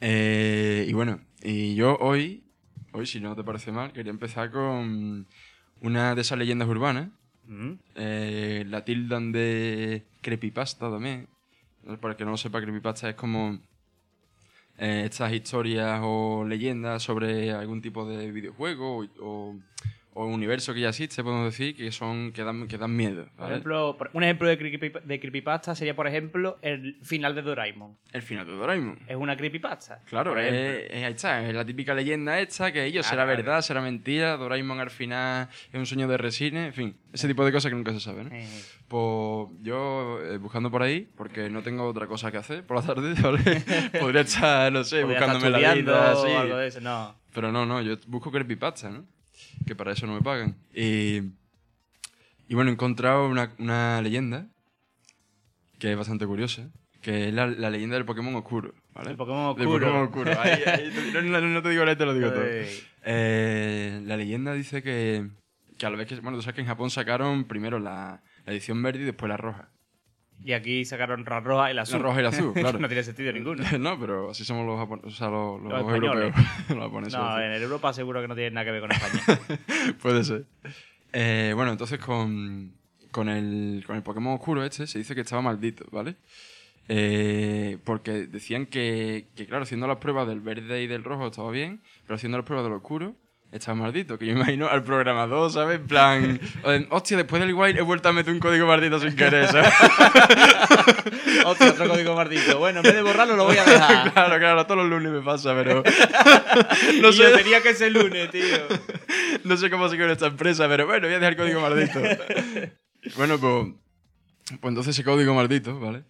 [SPEAKER 2] Eh, y bueno, y yo hoy, hoy si no te parece mal, quería empezar con una de esas leyendas urbanas
[SPEAKER 3] Mm.
[SPEAKER 2] eh, la tildan de creepypasta también. Para el que no lo sepa, creepypasta es como eh, estas historias o leyendas sobre algún tipo de videojuego o, o- o universo que ya existe, podemos decir, que son que dan, que dan miedo.
[SPEAKER 3] Por
[SPEAKER 2] ¿vale?
[SPEAKER 3] ejemplo, por- un ejemplo de, creepypa- de creepypasta sería, por ejemplo, el final de Doraemon.
[SPEAKER 2] El final de Doraemon.
[SPEAKER 3] Es una creepypasta.
[SPEAKER 2] Claro,
[SPEAKER 3] Por ejemplo.
[SPEAKER 2] eh, eh, ahí está, es la típica leyenda esta que ellos
[SPEAKER 3] Ah,
[SPEAKER 2] será
[SPEAKER 3] vale.
[SPEAKER 2] verdad, será mentira, Doraemon al final es un sueño de resine, en fin, ese tipo de cosas que nunca se sabe, ¿no?
[SPEAKER 3] Eh,
[SPEAKER 2] Pues yo eh, buscando por ahí, porque no tengo otra cosa que hacer por la tarde, ¿vale? Podría estar, no sé,
[SPEAKER 3] podría estar
[SPEAKER 2] buscándome la
[SPEAKER 3] estudiando
[SPEAKER 2] vida,
[SPEAKER 3] o
[SPEAKER 2] sí. Eh,
[SPEAKER 3] algo de eso, No.
[SPEAKER 2] Pero no, no, yo busco creepypasta, ¿no? Que para eso no me pagan. Y, y bueno, he encontrado una, una leyenda que es bastante curiosa, que es la, la leyenda del Pokémon Oscuro, ¿vale?
[SPEAKER 3] El Pokémon
[SPEAKER 2] Del
[SPEAKER 3] oscuro.
[SPEAKER 2] Pokémon Oscuro. Ahí- ahí te- no, no- no te digo nada, te lo digo todo.
[SPEAKER 3] Ay.
[SPEAKER 2] Eh, la leyenda dice que, que a la vez que... Bueno, tú sabes que en Japón sacaron primero la, la edición verde y después la roja.
[SPEAKER 3] Y aquí sacaron la roja y la azul.
[SPEAKER 2] La roja y la azul, claro.
[SPEAKER 3] no tiene sentido ninguno.
[SPEAKER 2] no, pero así somos los, japon- o sea, los, los
[SPEAKER 3] Los españoles.
[SPEAKER 2] europeos. los japoneses.
[SPEAKER 3] No, en Europa seguro que no tiene nada que ver con España.
[SPEAKER 2] Puede ser. Eh, bueno, entonces con, con, el, con el Pokémon oscuro este se dice que estaba maldito, ¿vale? Eh, porque decían que, que, claro, haciendo las pruebas del verde y del rojo estaba bien, pero haciendo las pruebas del oscuro estaba maldito. Que yo imagino al programador, ¿sabes? En plan, eh, hostia, después del while he vuelto a meter un código maldito sin querer, ¿sabes?
[SPEAKER 3] Hostia, otro código maldito. Bueno, en vez de borrarlo lo voy a dejar.
[SPEAKER 2] claro, claro, todos los lunes me pasa, pero...
[SPEAKER 3] y yo tenía que ser lunes, tío.
[SPEAKER 2] No sé cómo se con esta empresa, pero bueno, voy a dejar código maldito. bueno, pues, pues entonces ese código maldito, ¿vale?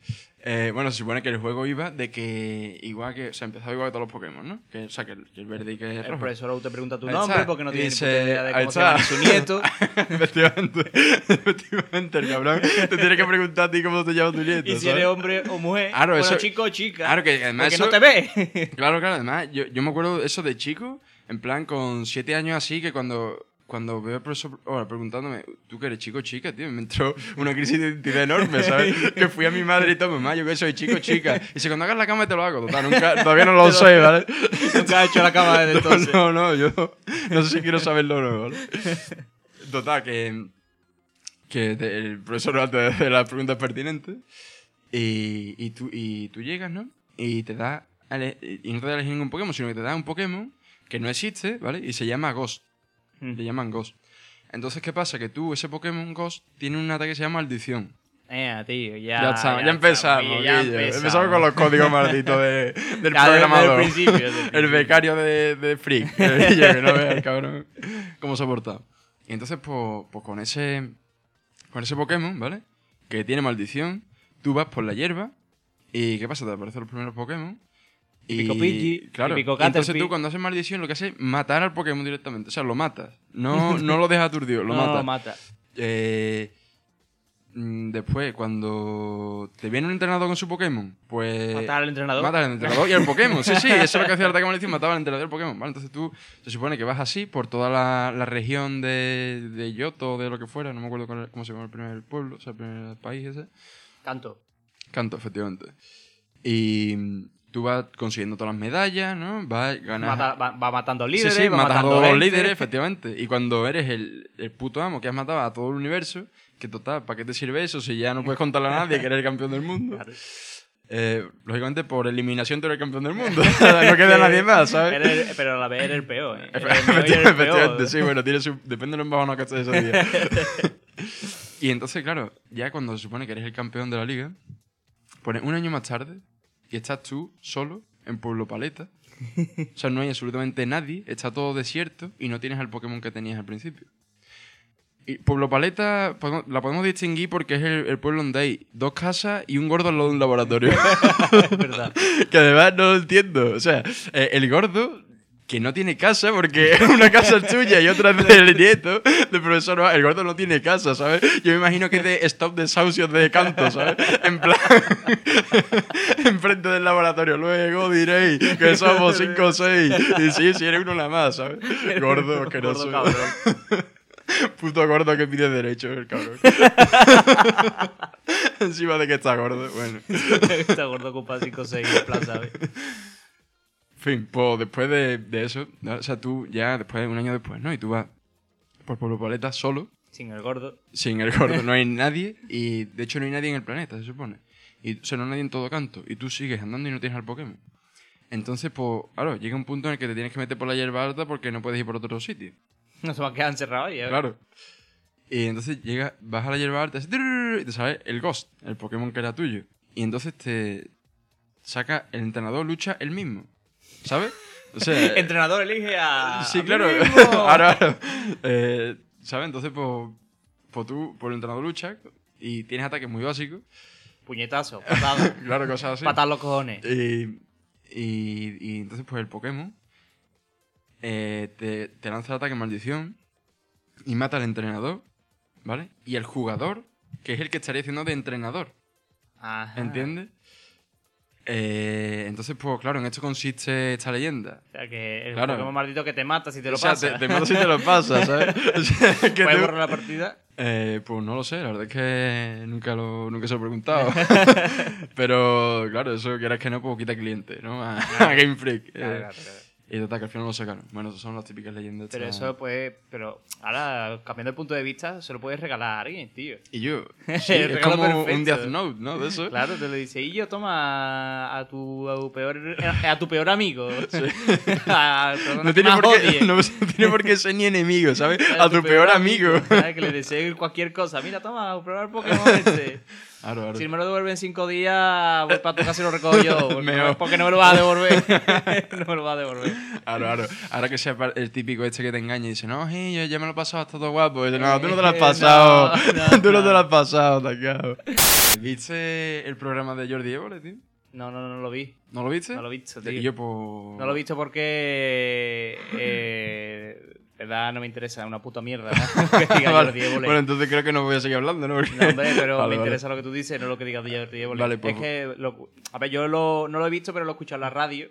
[SPEAKER 2] Eh, bueno, se supone que el juego iba de que igual que, o sea, empezaba igual que todos los Pokémon, ¿no? Que, o sea, que el, que el verde y que el
[SPEAKER 3] El
[SPEAKER 2] rojo.
[SPEAKER 3] profesor aún te pregunta tu
[SPEAKER 2] Ahí
[SPEAKER 3] nombre
[SPEAKER 2] está.
[SPEAKER 3] porque no
[SPEAKER 2] Y
[SPEAKER 3] tiene ni
[SPEAKER 2] dice,
[SPEAKER 3] puta idea de
[SPEAKER 2] ahí
[SPEAKER 3] cómo se
[SPEAKER 2] está.
[SPEAKER 3] llama su nieto.
[SPEAKER 2] efectivamente, efectivamente, el cabrón te tiene que preguntar a ti cómo te llama tu nieto.
[SPEAKER 3] Y si
[SPEAKER 2] ¿sabes?
[SPEAKER 3] eres hombre o mujer,
[SPEAKER 2] Claro,
[SPEAKER 3] bueno,
[SPEAKER 2] Ah, eso-
[SPEAKER 3] chico o chica.
[SPEAKER 2] Claro que además
[SPEAKER 3] Porque
[SPEAKER 2] eso-
[SPEAKER 3] no te ve.
[SPEAKER 2] Claro, claro, además, yo, yo me acuerdo eso de chico, en plan con siete años así, que cuando, cuando veo al profesor ahora preguntándome, ¿tú que eres chico o chica, tío? Me entró una crisis de identidad enorme, ¿sabes? que fui a mi madre y todo, mamá, yo que soy chico o chica. Y si cuando hagas la cama te lo hago, total, nunca, todavía no lo soy, ¿vale?
[SPEAKER 3] Nunca has hecho la cama desde
[SPEAKER 2] No,
[SPEAKER 3] entonces.
[SPEAKER 2] no, no, yo no sé si quiero saberlo o no, ¿vale? Total, que, que te- el profesor no te hace las preguntas pertinentes y, y, tú, y tú llegas, ¿no? Y te da, a ele- y no te da a elegir ningún Pokémon, sino que te da un Pokémon que no existe, ¿vale? Y se llama Ghost,
[SPEAKER 3] Hmm.
[SPEAKER 2] le llaman Ghost. Entonces, ¿qué pasa? Que tú, ese Pokémon Ghost, tiene un ataque que se llama Maldición.
[SPEAKER 3] Eh, tío, ya.
[SPEAKER 2] ya, está, ya, empezamos,
[SPEAKER 3] tío,
[SPEAKER 2] Guillo. Empezamos con los códigos malditos de- del
[SPEAKER 3] Ya desde el
[SPEAKER 2] programador.
[SPEAKER 3] principio, desde el
[SPEAKER 2] el
[SPEAKER 3] principio.
[SPEAKER 2] becario de, de Freak. El Guillo, que no vea el cabrón cómo se ha portado. Y entonces, pues, pues con ese con ese Pokémon, ¿vale? Que tiene maldición, tú vas por la hierba y ¿qué pasa? Te aparecen los primeros Pokémon.
[SPEAKER 3] Típico Pidgey,
[SPEAKER 2] claro.
[SPEAKER 3] típico
[SPEAKER 2] y entonces
[SPEAKER 3] Caterpie.
[SPEAKER 2] tú cuando haces maldición lo que haces es matar al Pokémon directamente. O sea, lo matas. No, no lo dejas aturdido, lo
[SPEAKER 3] no,
[SPEAKER 2] matas.
[SPEAKER 3] lo mata.
[SPEAKER 2] Eh, mm, después, cuando te viene un entrenador con su Pokémon, pues.
[SPEAKER 3] Matar al entrenador.
[SPEAKER 2] Matar al entrenador y al Pokémon. Sí, sí, eso es lo que hacía el ataque maldición, mataba al entrenador y al Pokémon. Vale, entonces tú se supone que vas así por toda la, la región de, de Yoto, de lo que fuera, no me acuerdo cuál era- cómo se llama el primer pueblo, o sea, el primer país ese.
[SPEAKER 3] Canto.
[SPEAKER 2] Canto, efectivamente. Y mm, tú vas consiguiendo todas las medallas, ¿no? Vas ganando.
[SPEAKER 3] Mata- va, va matando
[SPEAKER 2] Sí,
[SPEAKER 3] líderes.
[SPEAKER 2] sí,
[SPEAKER 3] va
[SPEAKER 2] matas a
[SPEAKER 3] matando
[SPEAKER 2] todos los
[SPEAKER 3] gente.
[SPEAKER 2] líderes, efectivamente. Y cuando eres el, el puto amo que has matado a todo el universo, que total, ¿para qué te sirve eso si ya no puedes contarle a nadie que eres el campeón del mundo?
[SPEAKER 3] Claro.
[SPEAKER 2] Eh, lógicamente, por eliminación tú eres el campeón del mundo. no queda nadie más, ¿sabes?
[SPEAKER 3] Eres el- pero a la vez eres el peor. ¿eh? Eres el peor y eres el
[SPEAKER 2] Efectivamente,
[SPEAKER 3] peor.
[SPEAKER 2] efectivamente, sí, bueno, tiene su- depende de los embajonados que estés ese día. y entonces, claro, ya cuando se supone que eres el campeón de la liga, pones un año más tarde y estás tú solo en Pueblo Paleta. O sea, no hay absolutamente nadie, está todo desierto y no tienes al Pokémon que tenías al principio. Y Pueblo Paleta podemos- la podemos distinguir porque es el, el pueblo donde hay dos casas y un gordo al lado de un laboratorio.
[SPEAKER 3] Es verdad.
[SPEAKER 2] Que además no lo entiendo. O sea, eh, el gordo que no tiene casa porque una casa es tuya y otra es del nieto, del profesor. Noa, El gordo no tiene casa, ¿sabes? Yo me imagino que es de Stop Desahucios de Canto, ¿sabes? En plan. enfrente del laboratorio. Luego diréis que somos cinco o seis. Y sí, si eres uno nada más, ¿sabes? Gordo, asqueroso.
[SPEAKER 3] Gordo, cabrón.
[SPEAKER 2] Puto gordo que pide derecho, el cabrón. Encima de que está gordo. Bueno.
[SPEAKER 3] Está gordo ocupa 5 o 6 plazas, ¿sabes?
[SPEAKER 2] En fin, pues después de, de eso, ¿no? o sea, tú ya después, un año después, ¿no? Y tú vas por Pueblo Paleta solo,
[SPEAKER 3] Sin el gordo.
[SPEAKER 2] sin el gordo, no hay nadie, y de hecho no hay nadie en el planeta, se supone. Y, o sea, no hay nadie en todo canto, y tú sigues andando y no tienes al Pokémon. Entonces, pues, claro, llega un punto en el que te tienes que meter por la hierba alta porque no puedes ir por otro sitio.
[SPEAKER 3] No se van a quedar encerrados ahí, ¿eh?
[SPEAKER 2] Claro. Y entonces llega, vas a la hierba alta así, y te sale el Ghost, el Pokémon que era tuyo. Y entonces te saca el entrenador, lucha él mismo. ¿Sabes? O sea,
[SPEAKER 3] Entrenador elige a.
[SPEAKER 2] Sí,
[SPEAKER 3] a mí
[SPEAKER 2] claro.
[SPEAKER 3] mismo.
[SPEAKER 2] ahora, ahora. Eh, ¿Sabes? Entonces, pues, pues tú, por el entrenador lucha y tienes ataques muy básicos.
[SPEAKER 3] Puñetazo, patada.
[SPEAKER 2] Claro, cosas así.
[SPEAKER 3] Patar los cojones.
[SPEAKER 2] Y, y, y entonces, pues el Pokémon eh, te, te lanza el ataque maldición y mata al entrenador, ¿vale? Y el jugador, que es el que estaría haciendo de entrenador.
[SPEAKER 3] Ajá.
[SPEAKER 2] ¿Entiendes? Eh, entonces, pues claro, en esto consiste esta leyenda.
[SPEAKER 3] O sea, que el
[SPEAKER 2] Claro.
[SPEAKER 3] Pokémon maldito que te mata si te lo
[SPEAKER 2] o sea,
[SPEAKER 3] pasa.
[SPEAKER 2] te, te mata si te lo pasas, ¿sabes? O sea, que
[SPEAKER 3] Puedes
[SPEAKER 2] tú-
[SPEAKER 3] borrar la partida.
[SPEAKER 2] Eh, pues no lo sé, la verdad es que nunca, lo, nunca se lo he preguntado. Pero claro, eso quieras que no, pues quita cliente, ¿no? A, a Game Freak. Eh, Y total, que al final lo sacaron. Bueno, esas son las típicas leyendas.
[SPEAKER 3] Pero
[SPEAKER 2] estas.
[SPEAKER 3] eso, pues. Pero ahora, cambiando el punto de vista, se lo puedes regalar a alguien, tío.
[SPEAKER 2] Y yo, sí,
[SPEAKER 3] El
[SPEAKER 2] es
[SPEAKER 3] regalo
[SPEAKER 2] como un
[SPEAKER 3] perfecto.
[SPEAKER 2] Death Note, ¿no? De eso.
[SPEAKER 3] Claro, te lo dice. Y yo toma a tu, a tu peor a, tu peor amigo. A la persona
[SPEAKER 2] No
[SPEAKER 3] que
[SPEAKER 2] tiene,
[SPEAKER 3] más
[SPEAKER 2] por qué,
[SPEAKER 3] odie.
[SPEAKER 2] no tiene por qué ser ni enemigo, ¿sabes?
[SPEAKER 3] Claro,
[SPEAKER 2] A tu peor amigo.
[SPEAKER 3] ¿sabes? Que le desee cualquier cosa. Mira, toma, a probar Pokémon este.
[SPEAKER 2] Claro, claro.
[SPEAKER 3] Si no me lo devuelven en cinco días, voy para tu casa y lo recojo yo. Porque,
[SPEAKER 2] Mejor.
[SPEAKER 3] porque no me lo vas a devolver. no me lo vas a devolver.
[SPEAKER 2] Claro, claro. Ahora que sea pa- el típico este que te engaña y dice, no, hey, yo ya me lo he pasado, está todo guapo. Y dice, no, tú no te lo has
[SPEAKER 3] Eh,
[SPEAKER 2] pasado.
[SPEAKER 3] no, no,
[SPEAKER 2] tú no, te
[SPEAKER 3] no.
[SPEAKER 2] lo has pasado, tacao. ¿Viste el programa de Jordi Évole, tío?
[SPEAKER 3] No, no, no, no lo vi.
[SPEAKER 2] ¿No lo viste?
[SPEAKER 3] No lo he visto,
[SPEAKER 2] Y
[SPEAKER 3] tío.
[SPEAKER 2] yo, pues...
[SPEAKER 3] No lo he visto porque. Eh, de verdad, no me interesa. Una puta mierda. ¿no? Que diga
[SPEAKER 2] Vale.
[SPEAKER 3] Jordi Évole.
[SPEAKER 2] Bueno, entonces creo que no voy a seguir hablando, ¿no? Porque-
[SPEAKER 3] No, hombre, pero
[SPEAKER 2] Vale, vale.
[SPEAKER 3] me interesa lo que tú dices, no lo que digas de Jordi Évole.
[SPEAKER 2] Vale, pues-
[SPEAKER 3] Es que, lo- a ver, yo lo- no lo he visto, pero lo he escuchado en la radio.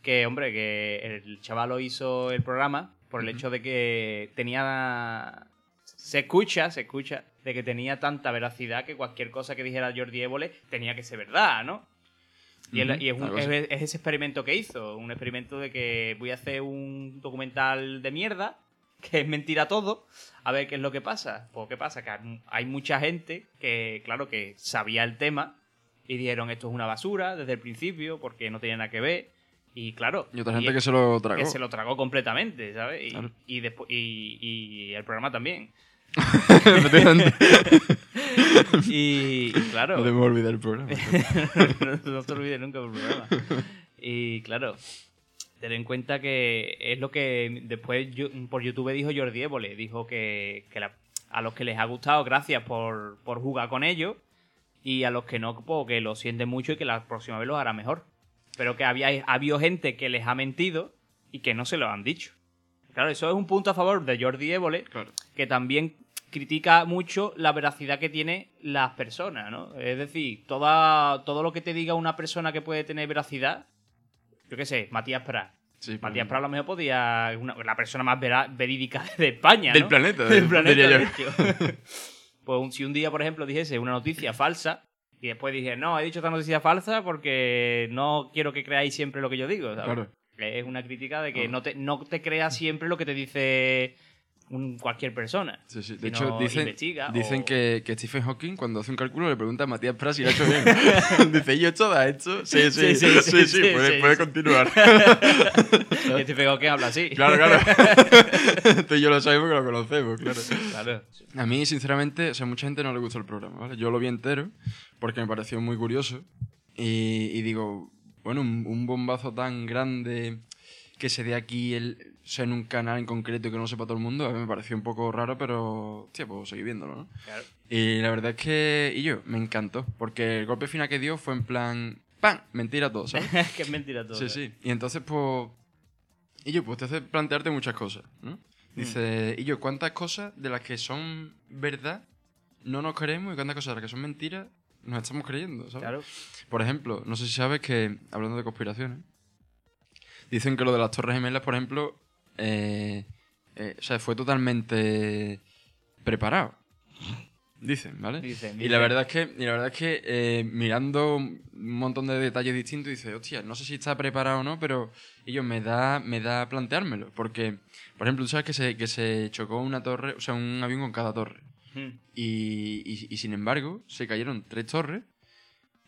[SPEAKER 3] Que, hombre, que el chaval lo hizo el programa por el hecho de que tenía... Se escucha, se escucha, de que tenía tanta veracidad que cualquier cosa que dijera Jordi Évole tenía que ser verdad, ¿no? Y, él-
[SPEAKER 2] Ujú,
[SPEAKER 3] y es, un-
[SPEAKER 2] algo así.
[SPEAKER 3] es- es ese experimento que hizo, un experimento de que voy a hacer un documental de mierda, que es mentira todo, a ver qué es lo que pasa. Pues qué pasa, que hay- hay mucha gente que, claro, que sabía el tema y dijeron esto es una basura desde el principio porque no tenía nada que ver. Y claro,
[SPEAKER 2] Y otra
[SPEAKER 3] y
[SPEAKER 2] gente
[SPEAKER 3] es-
[SPEAKER 2] que se lo tragó.
[SPEAKER 3] que se lo tragó completamente, ¿sabes? Y,
[SPEAKER 2] Claro.
[SPEAKER 3] y, despu- y- y el programa también.
[SPEAKER 2] Efectivamente.
[SPEAKER 3] Y, y claro,
[SPEAKER 2] No te me voy a olvidar el programa.
[SPEAKER 3] no, no te olvides nunca del programa. Y claro, ten en cuenta que es lo que después yo- por YouTube dijo Jordi Évole. Dijo que, que la- a los que les ha gustado, gracias por, por jugar con ellos. Y a los que no, pues, que lo sienten mucho y que la próxima vez lo hará mejor. Pero que había, ha habido gente que les ha mentido y que no se lo han dicho. Claro, eso es un punto a favor de Jordi Évole,
[SPEAKER 2] Claro.
[SPEAKER 3] que también critica mucho la veracidad que tienen las personas, ¿no? Es decir, toda, todo lo que te diga una persona que puede tener veracidad, yo qué sé, Matías Prat.
[SPEAKER 2] Sí, pues,
[SPEAKER 3] Matías
[SPEAKER 2] pero-
[SPEAKER 3] Prat a lo mejor podía, es una- la persona más vera- verídica de España,
[SPEAKER 2] Del
[SPEAKER 3] ¿no?
[SPEAKER 2] planeta,
[SPEAKER 3] Del
[SPEAKER 2] diría
[SPEAKER 3] planeta,
[SPEAKER 2] yo.
[SPEAKER 3] de hecho. Pues un- si un día, por ejemplo, dijese una noticia falsa, Y después dije, no, he dicho esta noticia falsa porque no quiero que creáis siempre lo que yo digo. ¿sabes?
[SPEAKER 2] Claro.
[SPEAKER 3] Es una crítica de que no te, no te creas siempre lo que te dice un- cualquier persona.
[SPEAKER 2] Sí, sí.
[SPEAKER 3] sino
[SPEAKER 2] De hecho, dicen,
[SPEAKER 3] investiga
[SPEAKER 2] dicen
[SPEAKER 3] o-
[SPEAKER 2] que, que Stephen Hawking, cuando hace un cálculo, le pregunta a Matías Prats si lo ha hecho bien. Dice, ¿yo he hecho da esto? Sí, sí, sí, sí, sí, puede,
[SPEAKER 3] sí,
[SPEAKER 2] puede
[SPEAKER 3] sí.
[SPEAKER 2] continuar.
[SPEAKER 3] Este pegado que habla así.
[SPEAKER 2] claro, claro. Tú y yo lo sabemos que lo conocemos, claro.
[SPEAKER 3] Claro.
[SPEAKER 2] A mí, sinceramente, o sea, mucha gente no le gustó el programa, ¿vale? Yo lo vi entero porque me pareció muy curioso y, y digo, bueno, un, un bombazo tan grande que se dé aquí el, o sea, en un canal en concreto que no lo sepa todo el mundo, a mí me pareció un poco raro, pero, tío, pues seguí viéndolo, ¿no?
[SPEAKER 3] Claro.
[SPEAKER 2] Y la verdad es que, y yo, me encantó, porque el golpe final que dio fue en plan, ¡pam! Mentira todo, ¿sabes?
[SPEAKER 3] que es mentira todo.
[SPEAKER 2] Sí, sí. Y entonces, pues. Y yo, pues te hace plantearte muchas cosas,
[SPEAKER 3] Mm.
[SPEAKER 2] ¿no? Dice, y yo, ¿cuántas cosas de las que son verdad no nos creemos y cuántas cosas de las que son mentiras nos estamos creyendo, ¿sabes?
[SPEAKER 3] Claro.
[SPEAKER 2] Por ejemplo, no sé si sabes que, hablando de conspiraciones, dicen que lo de las Torres Gemelas, por ejemplo, eh, eh, o sea, fue totalmente preparado. Dicen, ¿vale?
[SPEAKER 3] Dicen,
[SPEAKER 2] Y la
[SPEAKER 3] dicen.
[SPEAKER 2] verdad es que, y la verdad es que eh, mirando un montón de detalles distintos, dices, hostia, no sé si está preparado o no, pero ellos me da, me da planteármelo. Porque, por ejemplo, tú sabes que se, que se chocó una torre, o sea, un avión con cada torre.
[SPEAKER 3] Mm.
[SPEAKER 2] Y, y- y sin embargo, se cayeron tres torres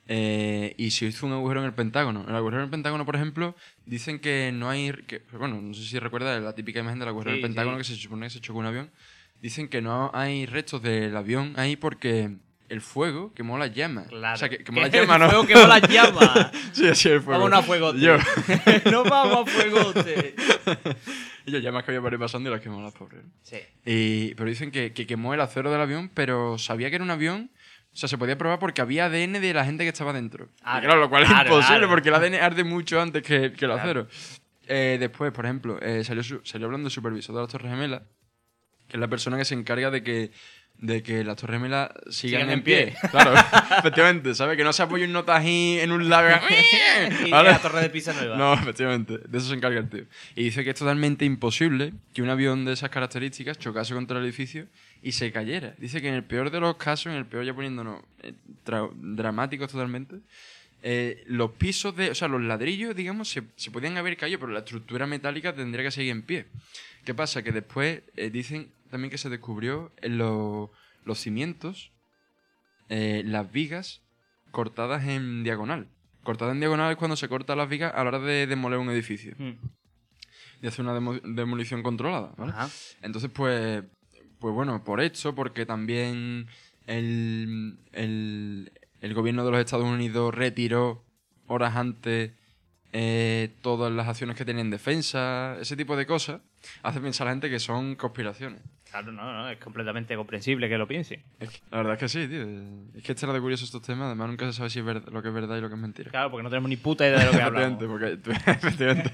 [SPEAKER 2] eh, y se hizo un agujero en el Pentágono. El agujero en el Pentágono, por ejemplo, dicen que no hay. que- bueno, no sé si recuerdas la típica imagen del agujero
[SPEAKER 3] Sí,
[SPEAKER 2] del Pentágono que se supone que se chocó un avión. Dicen que no hay restos del avión ahí porque el fuego quemó las llamas.
[SPEAKER 3] Claro.
[SPEAKER 2] O sea, que quemó las
[SPEAKER 3] Que el
[SPEAKER 2] llamas, ¿no?
[SPEAKER 3] fuego quemó las llamas.
[SPEAKER 2] sí, sí, el fuego.
[SPEAKER 3] Vamos a fuegote.
[SPEAKER 2] Yo,
[SPEAKER 3] no vamos a fuegote.
[SPEAKER 2] y yo llamas que había por ahí pasando y las quemó las pobres. ¿no?
[SPEAKER 3] Sí.
[SPEAKER 2] Y- pero dicen que, que quemó el acero del avión, pero sabía que era un avión. O sea, se podía probar porque había ADN de la gente que estaba dentro. Y
[SPEAKER 3] Claro,
[SPEAKER 2] claro, lo cual es
[SPEAKER 3] claro,
[SPEAKER 2] imposible
[SPEAKER 3] claro.
[SPEAKER 2] porque el ADN arde mucho antes que, que el
[SPEAKER 3] Claro.
[SPEAKER 2] acero. Eh, después, por ejemplo, eh, salió, su- salió hablando el supervisor de las Torres Gemelas, que es la persona que se encarga de que, de que las Torres Gemelas sigan,
[SPEAKER 3] Sigan
[SPEAKER 2] en
[SPEAKER 3] en
[SPEAKER 2] pie. Claro, efectivamente, ¿sabes? Que no se apoye un notajín en un lago.
[SPEAKER 3] Y
[SPEAKER 2] Ahora-
[SPEAKER 3] la torre de Pisa nueva.
[SPEAKER 2] no, efectivamente, de eso se encarga el tío. Y dice que es totalmente imposible que un avión de esas características chocase contra el edificio y se cayera. Dice que en el peor de los casos, en el peor ya poniéndonos eh, tra- dramáticos totalmente, eh, los pisos de, o sea, los ladrillos, digamos, se, se podían haber caído, pero la estructura metálica tendría que seguir en pie. ¿Qué pasa? Que después eh, dicen también que se descubrió en lo- los cimientos, eh, las vigas cortadas en diagonal. Cortadas en diagonal es cuando se cortan las vigas a la hora de demoler un edificio,
[SPEAKER 3] Mm.
[SPEAKER 2] de hacer una demo- demolición controlada. ¿vale?
[SPEAKER 3] Ajá.
[SPEAKER 2] Entonces, pues, pues bueno, por esto, porque también el, el, el gobierno de los Estados Unidos retiró horas antes eh, todas las acciones que tenían en defensa, ese tipo de cosas, hace pensar a la gente que son conspiraciones.
[SPEAKER 3] Claro, no, no, es completamente comprensible que lo piensen.
[SPEAKER 2] Es que- la verdad es que sí, tío. Es que este era de curioso estos temas, además nunca se sabe si es verdad, lo que es verdad y lo que es mentira.
[SPEAKER 3] Claro, porque no tenemos ni puta idea de lo que hablamos.
[SPEAKER 2] Efectivamente, porque tú- efectivamente.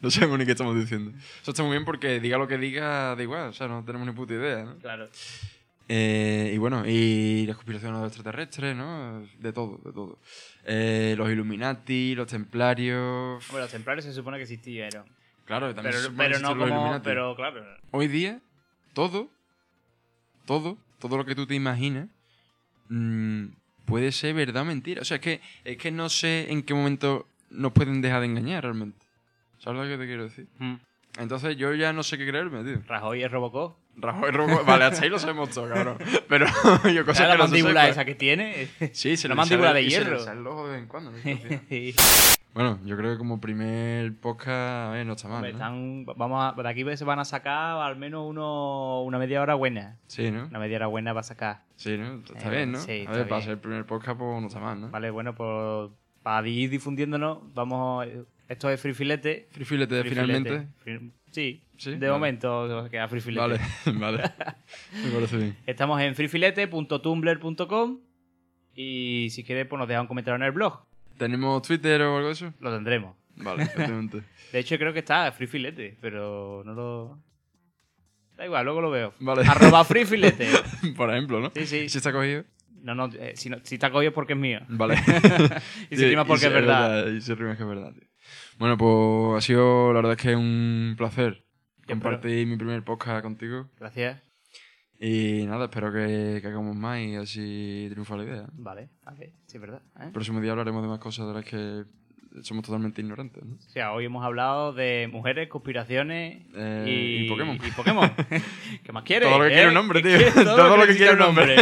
[SPEAKER 2] no sabemos ni qué estamos diciendo. Eso está muy bien porque diga lo que diga, da igual, o sea, no tenemos ni puta idea, ¿no?
[SPEAKER 3] Claro.
[SPEAKER 2] Eh, y bueno, y las conspiraciones de los extraterrestres, ¿no? De todo, de todo. Eh, los Illuminati, los templarios.
[SPEAKER 3] Hombre, los templarios se supone que existieron.
[SPEAKER 2] Claro, también
[SPEAKER 3] Pero,
[SPEAKER 2] se supone que
[SPEAKER 3] pero no
[SPEAKER 2] existen los
[SPEAKER 3] como.
[SPEAKER 2] Illuminati.
[SPEAKER 3] Pero claro.
[SPEAKER 2] Hoy día, todo, todo, todo lo que tú te imaginas mm, puede ser verdad o mentira. O sea, es que, es que no sé en qué momento nos pueden dejar de engañar realmente. ¿Sabes lo que te quiero decir?
[SPEAKER 3] mm,
[SPEAKER 2] Entonces yo ya no sé qué creerme, tío.
[SPEAKER 3] Rajoy es Robocop.
[SPEAKER 2] Rajoy Rojo- Vale, hasta ahí lo sabemos todo, cabrón. Pero yo
[SPEAKER 3] ¿Sabes
[SPEAKER 2] cosas
[SPEAKER 3] la
[SPEAKER 2] que no se
[SPEAKER 3] mandíbula
[SPEAKER 2] sepa.
[SPEAKER 3] esa que tiene?
[SPEAKER 2] Sí, se
[SPEAKER 3] La
[SPEAKER 2] le
[SPEAKER 3] mandíbula
[SPEAKER 2] sale-
[SPEAKER 3] de
[SPEAKER 2] y se le
[SPEAKER 3] hierro.
[SPEAKER 2] sale el ojo de vez en cuando, ¿no?
[SPEAKER 3] Sí.
[SPEAKER 2] bueno, yo creo que como primer podcast eh, no está mal,
[SPEAKER 3] Hombre,
[SPEAKER 2] ¿no?
[SPEAKER 3] están- vamos a- de aquí se van a sacar al menos uno, una media hora buena.
[SPEAKER 2] Sí, ¿no?
[SPEAKER 3] Una media hora buena va a sacar.
[SPEAKER 2] Sí, ¿no? Está
[SPEAKER 3] Eh,
[SPEAKER 2] bien, ¿no?
[SPEAKER 3] sí,
[SPEAKER 2] a
[SPEAKER 3] está
[SPEAKER 2] ver, para
[SPEAKER 3] bien.
[SPEAKER 2] ser el primer podcast, pues no está mal, ¿no?
[SPEAKER 3] Vale, bueno, pues para ir difundiéndonos, vamos. Esto es Free Filete.
[SPEAKER 2] Free filete,
[SPEAKER 3] Free
[SPEAKER 2] finalmente.
[SPEAKER 3] Filete. Free- Sí,
[SPEAKER 2] Sí,
[SPEAKER 3] de
[SPEAKER 2] vale.
[SPEAKER 3] momento se queda Free Filete.
[SPEAKER 2] Vale, vale. Me parece bien.
[SPEAKER 3] Estamos en freefilete.tumblr.com y si quieres, pues nos deja un comentario en el blog.
[SPEAKER 2] ¿Tenemos Twitter o algo de eso?
[SPEAKER 3] Lo tendremos.
[SPEAKER 2] Vale, efectivamente.
[SPEAKER 3] De hecho, creo que está Free Filete, pero no lo. Da igual, luego lo veo.
[SPEAKER 2] Vale.
[SPEAKER 3] Arroba Free Filete.
[SPEAKER 2] Por ejemplo, ¿no?
[SPEAKER 3] Sí, sí.
[SPEAKER 2] ¿Si está cogido?
[SPEAKER 3] No, no, eh, si, no, si está cogido es porque es mío.
[SPEAKER 2] Vale.
[SPEAKER 3] Y se rima porque
[SPEAKER 2] se-
[SPEAKER 3] es verdad.
[SPEAKER 2] Y se rima que es verdad, tío. Bueno, pues ha sido, la verdad es que un placer
[SPEAKER 3] Yo
[SPEAKER 2] compartir mi primer podcast contigo.
[SPEAKER 3] Gracias.
[SPEAKER 2] Y nada, espero que, que hagamos más y así triunfa la idea.
[SPEAKER 3] Vale, ok, sí, es verdad. ¿eh?
[SPEAKER 2] El próximo día hablaremos de más cosas de las que somos totalmente ignorantes. ¿no?
[SPEAKER 3] O sea, hoy hemos hablado de mujeres, conspiraciones
[SPEAKER 2] Eh,
[SPEAKER 3] y,
[SPEAKER 2] y Pokémon.
[SPEAKER 3] y Pokémon. ¿Qué más quieres?
[SPEAKER 2] Todo lo que
[SPEAKER 3] eh?
[SPEAKER 2] quiere un hombre,
[SPEAKER 3] ¿Qué
[SPEAKER 2] tío.
[SPEAKER 3] quieres?
[SPEAKER 2] Todo lo que quiere un hombre.